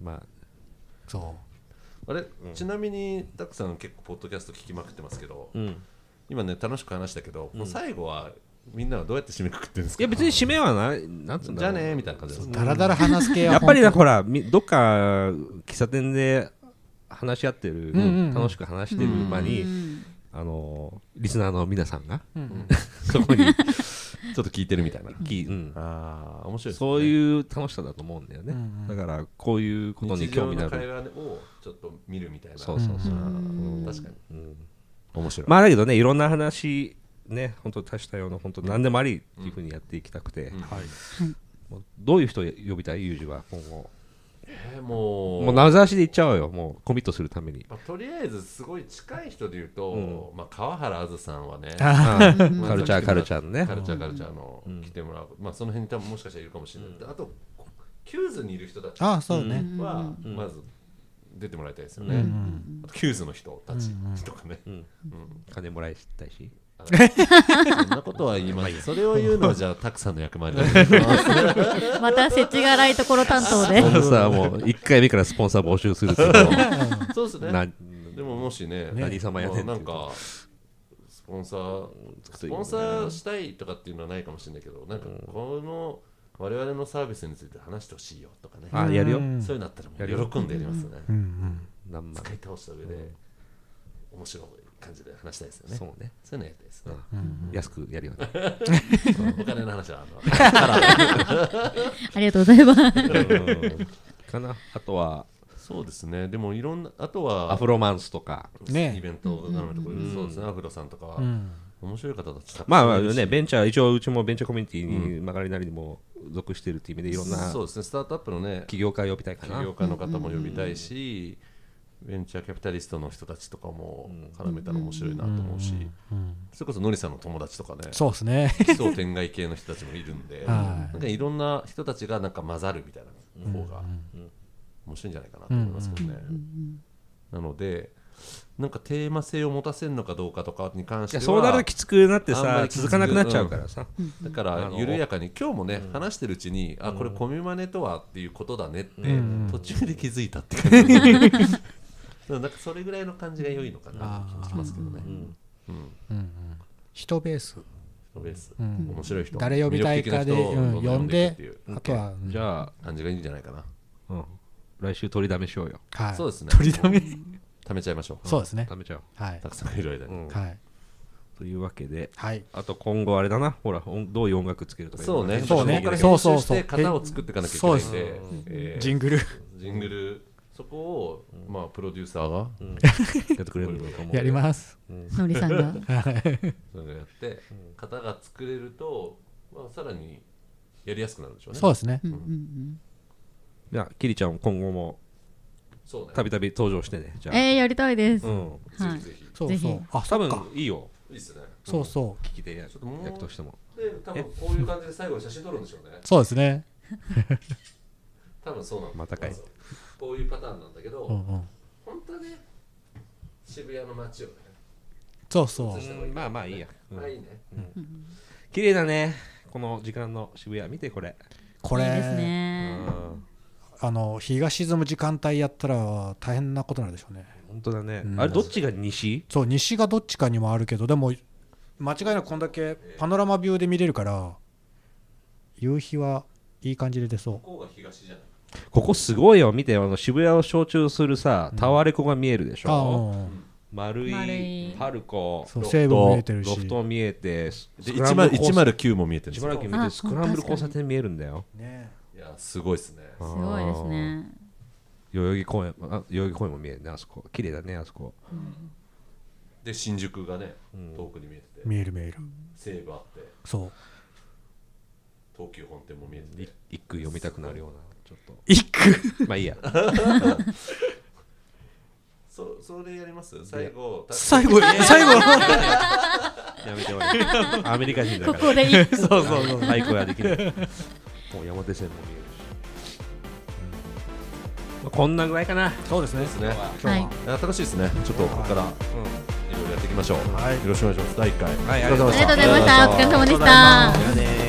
まあそあれちなみにたくさん結構ポッドキャスト聞きまくってますけどうん今ね楽しく話したけどもう最後はみんなはどうやって締めくくってるんですいかや別に締めはないなんつうんじゃだろあうねーみたいな感じですうだらだら話す系はやっぱりな本ほらみどっか喫茶店で話し合ってる、んうん楽しく話してる場に、うんあのリスナーの皆さんが、そこにちょっと聞いてるみたいな。きうんああ、面白いですね。そうういう楽しさだと思うんだよね、だからこういうことに日興常味ののあ会る話をちょっと見るみたいな。そうそうそう、うん確かに。面白い。まあだけどねいろんな話ね本当多種多様の本当何でもありっていうふうにやっていきたくて、もうどういう人を呼びたいユージは今後えーもうもう名指しで言っちゃおうよもうコミットするためにまあとりあえずすごい近い人で言うと、まあ川原あずさんは ね、うんカルチャーカルチャーのねカルチャーカルチャーの来てもらう。まあその辺に多分もしかしたらいるかもしれない。あとキューズにいる人たち当はあそうね、まず出てもらいたいですよね。あとキューズの人たちとかね。金もらいたいしそんなことは言いません。それを言うのはじゃあたくさんの役割だ。また設置が荒いところ担当でスポ。ンサーも1回目からスポンサー募集するけど、 そうですねな。でももしね、何様やねんなっんていうか、スポンサー、スポンサーしたいとかっていうのはないかもしれないけど、なんかこの我々のサービスについて話してほしいよとかね、あやるよ、そういうのあったらもう喜んでやりますよね。何万使い倒した上で、面白い感じで話したいですよね。そうね、そういうのやりたいですね。安くやるよねお金の話はあのありがとうございます。かなあとは そうですね、でもいろんな、あとはアフロマンスとかねイベントをなるところで、そうですね、アフロさんとかは、面白い方たちたくまあまあさんいるしねベンチャー一応うちもベンチャーコミュニティに曲がりなりにも属してるっていう意味でいろんなそうですねスタートアップのね起業家呼びたいかな起業家の方も呼びたいし、ベンチャーキャピタリストの人たちとかも絡めたら面白いなと思うし、それこそノリさんの友達とかねそうですね 奇想天外系の人たちもいるんで、はなんかいろんな人たちがなんか混ざるみたいな方が面白いんじゃないかなと思いますけどね。なのでなんかテーマ性を持たせるのかどうかとかに関しいてやはそうなるときつくなってあんまさりきつく続かなくなっちゃうからさ、だからあの緩やかに今日もね、話してるうちにあこれコミュマネとはっていうことだねって、途中で気づいたって感じなんかそれぐらいの感じが良いのかなって気がしますけどね、人ベースロベース、面白い人誰呼びたいかで、魅力的な人うんを呼いくんっていでうあとは、うんじゃあ、感じがいいんじゃないかな、うん、来週取りだめしようよはいそうですね取りだめ貯めちゃいましょうそうですね食べちゃおうはいたくさんいる間に、はいというわけではいあと今後あれだなほら音どういう音楽つけるとかそうねそうねここからそう編そう集しそうて型を作っていかなきゃいけないんでえジングルージングルそこを、まあ、プロデューサーが、やってくれるんだと思うやりますのりさんが。そういうのやって型が作れると、まあ、さらにやりやすくなるでしょうねそうですねじゃあキリちゃん今後もそうねたびたび登場してねじゃあ、えー、やりたいです。うんはい。ぜひそうぜそひうあ多そっ分かいいよいいっすねそうそう聞き手役ともう役としてもで多分こういう感じで最後に写真撮るんでしょうねそうですね多分そうなのまたかいこういうパターンなんだけど、うんうん本当はね渋谷の街をねそうそううんまあまあいいやあいいね綺麗だねこの時間の渋谷見てこれこいいですれうね。んあの日が沈む時間帯やったら大変なことになるでしょうね本当だねあれどっちが西そう西がどっちかにもあるけどでも間違いなくこんだけパノラマビューで見れるから夕日はいい感じで出そここが東じゃないここすごいよ見てよあの渋谷を象徴するさタワレコが見えるでしうああょうん丸丸いいパルコそう西武も見えてるしロフト見えてスクランブル交差109も見えてるんですよ109見えてスクランブル交差点見えるんだよねいややすごいですねすすごいですね代々木公園あ代々木公園も見えるねあそこ綺麗だねあそこで新宿がねうん遠くに見えてて、見える見える西武あってそう東急本店も見えていて一句読みたくなるようなちょっ一句とまあいい やそそれやります最後最後最後やめてもらえアメリカ人だこからこでいいそうそうそう太鼓はできないもう山手線も見えるし、うんまあ、こんなぐらいかなそうですねですね今日はは新しいですねちょっとここからいろいろやっていきましょう、はいよろしくお願いします第1回、はいお疲れ様でありしがたとうございましたお疲れ様でしたじゃあね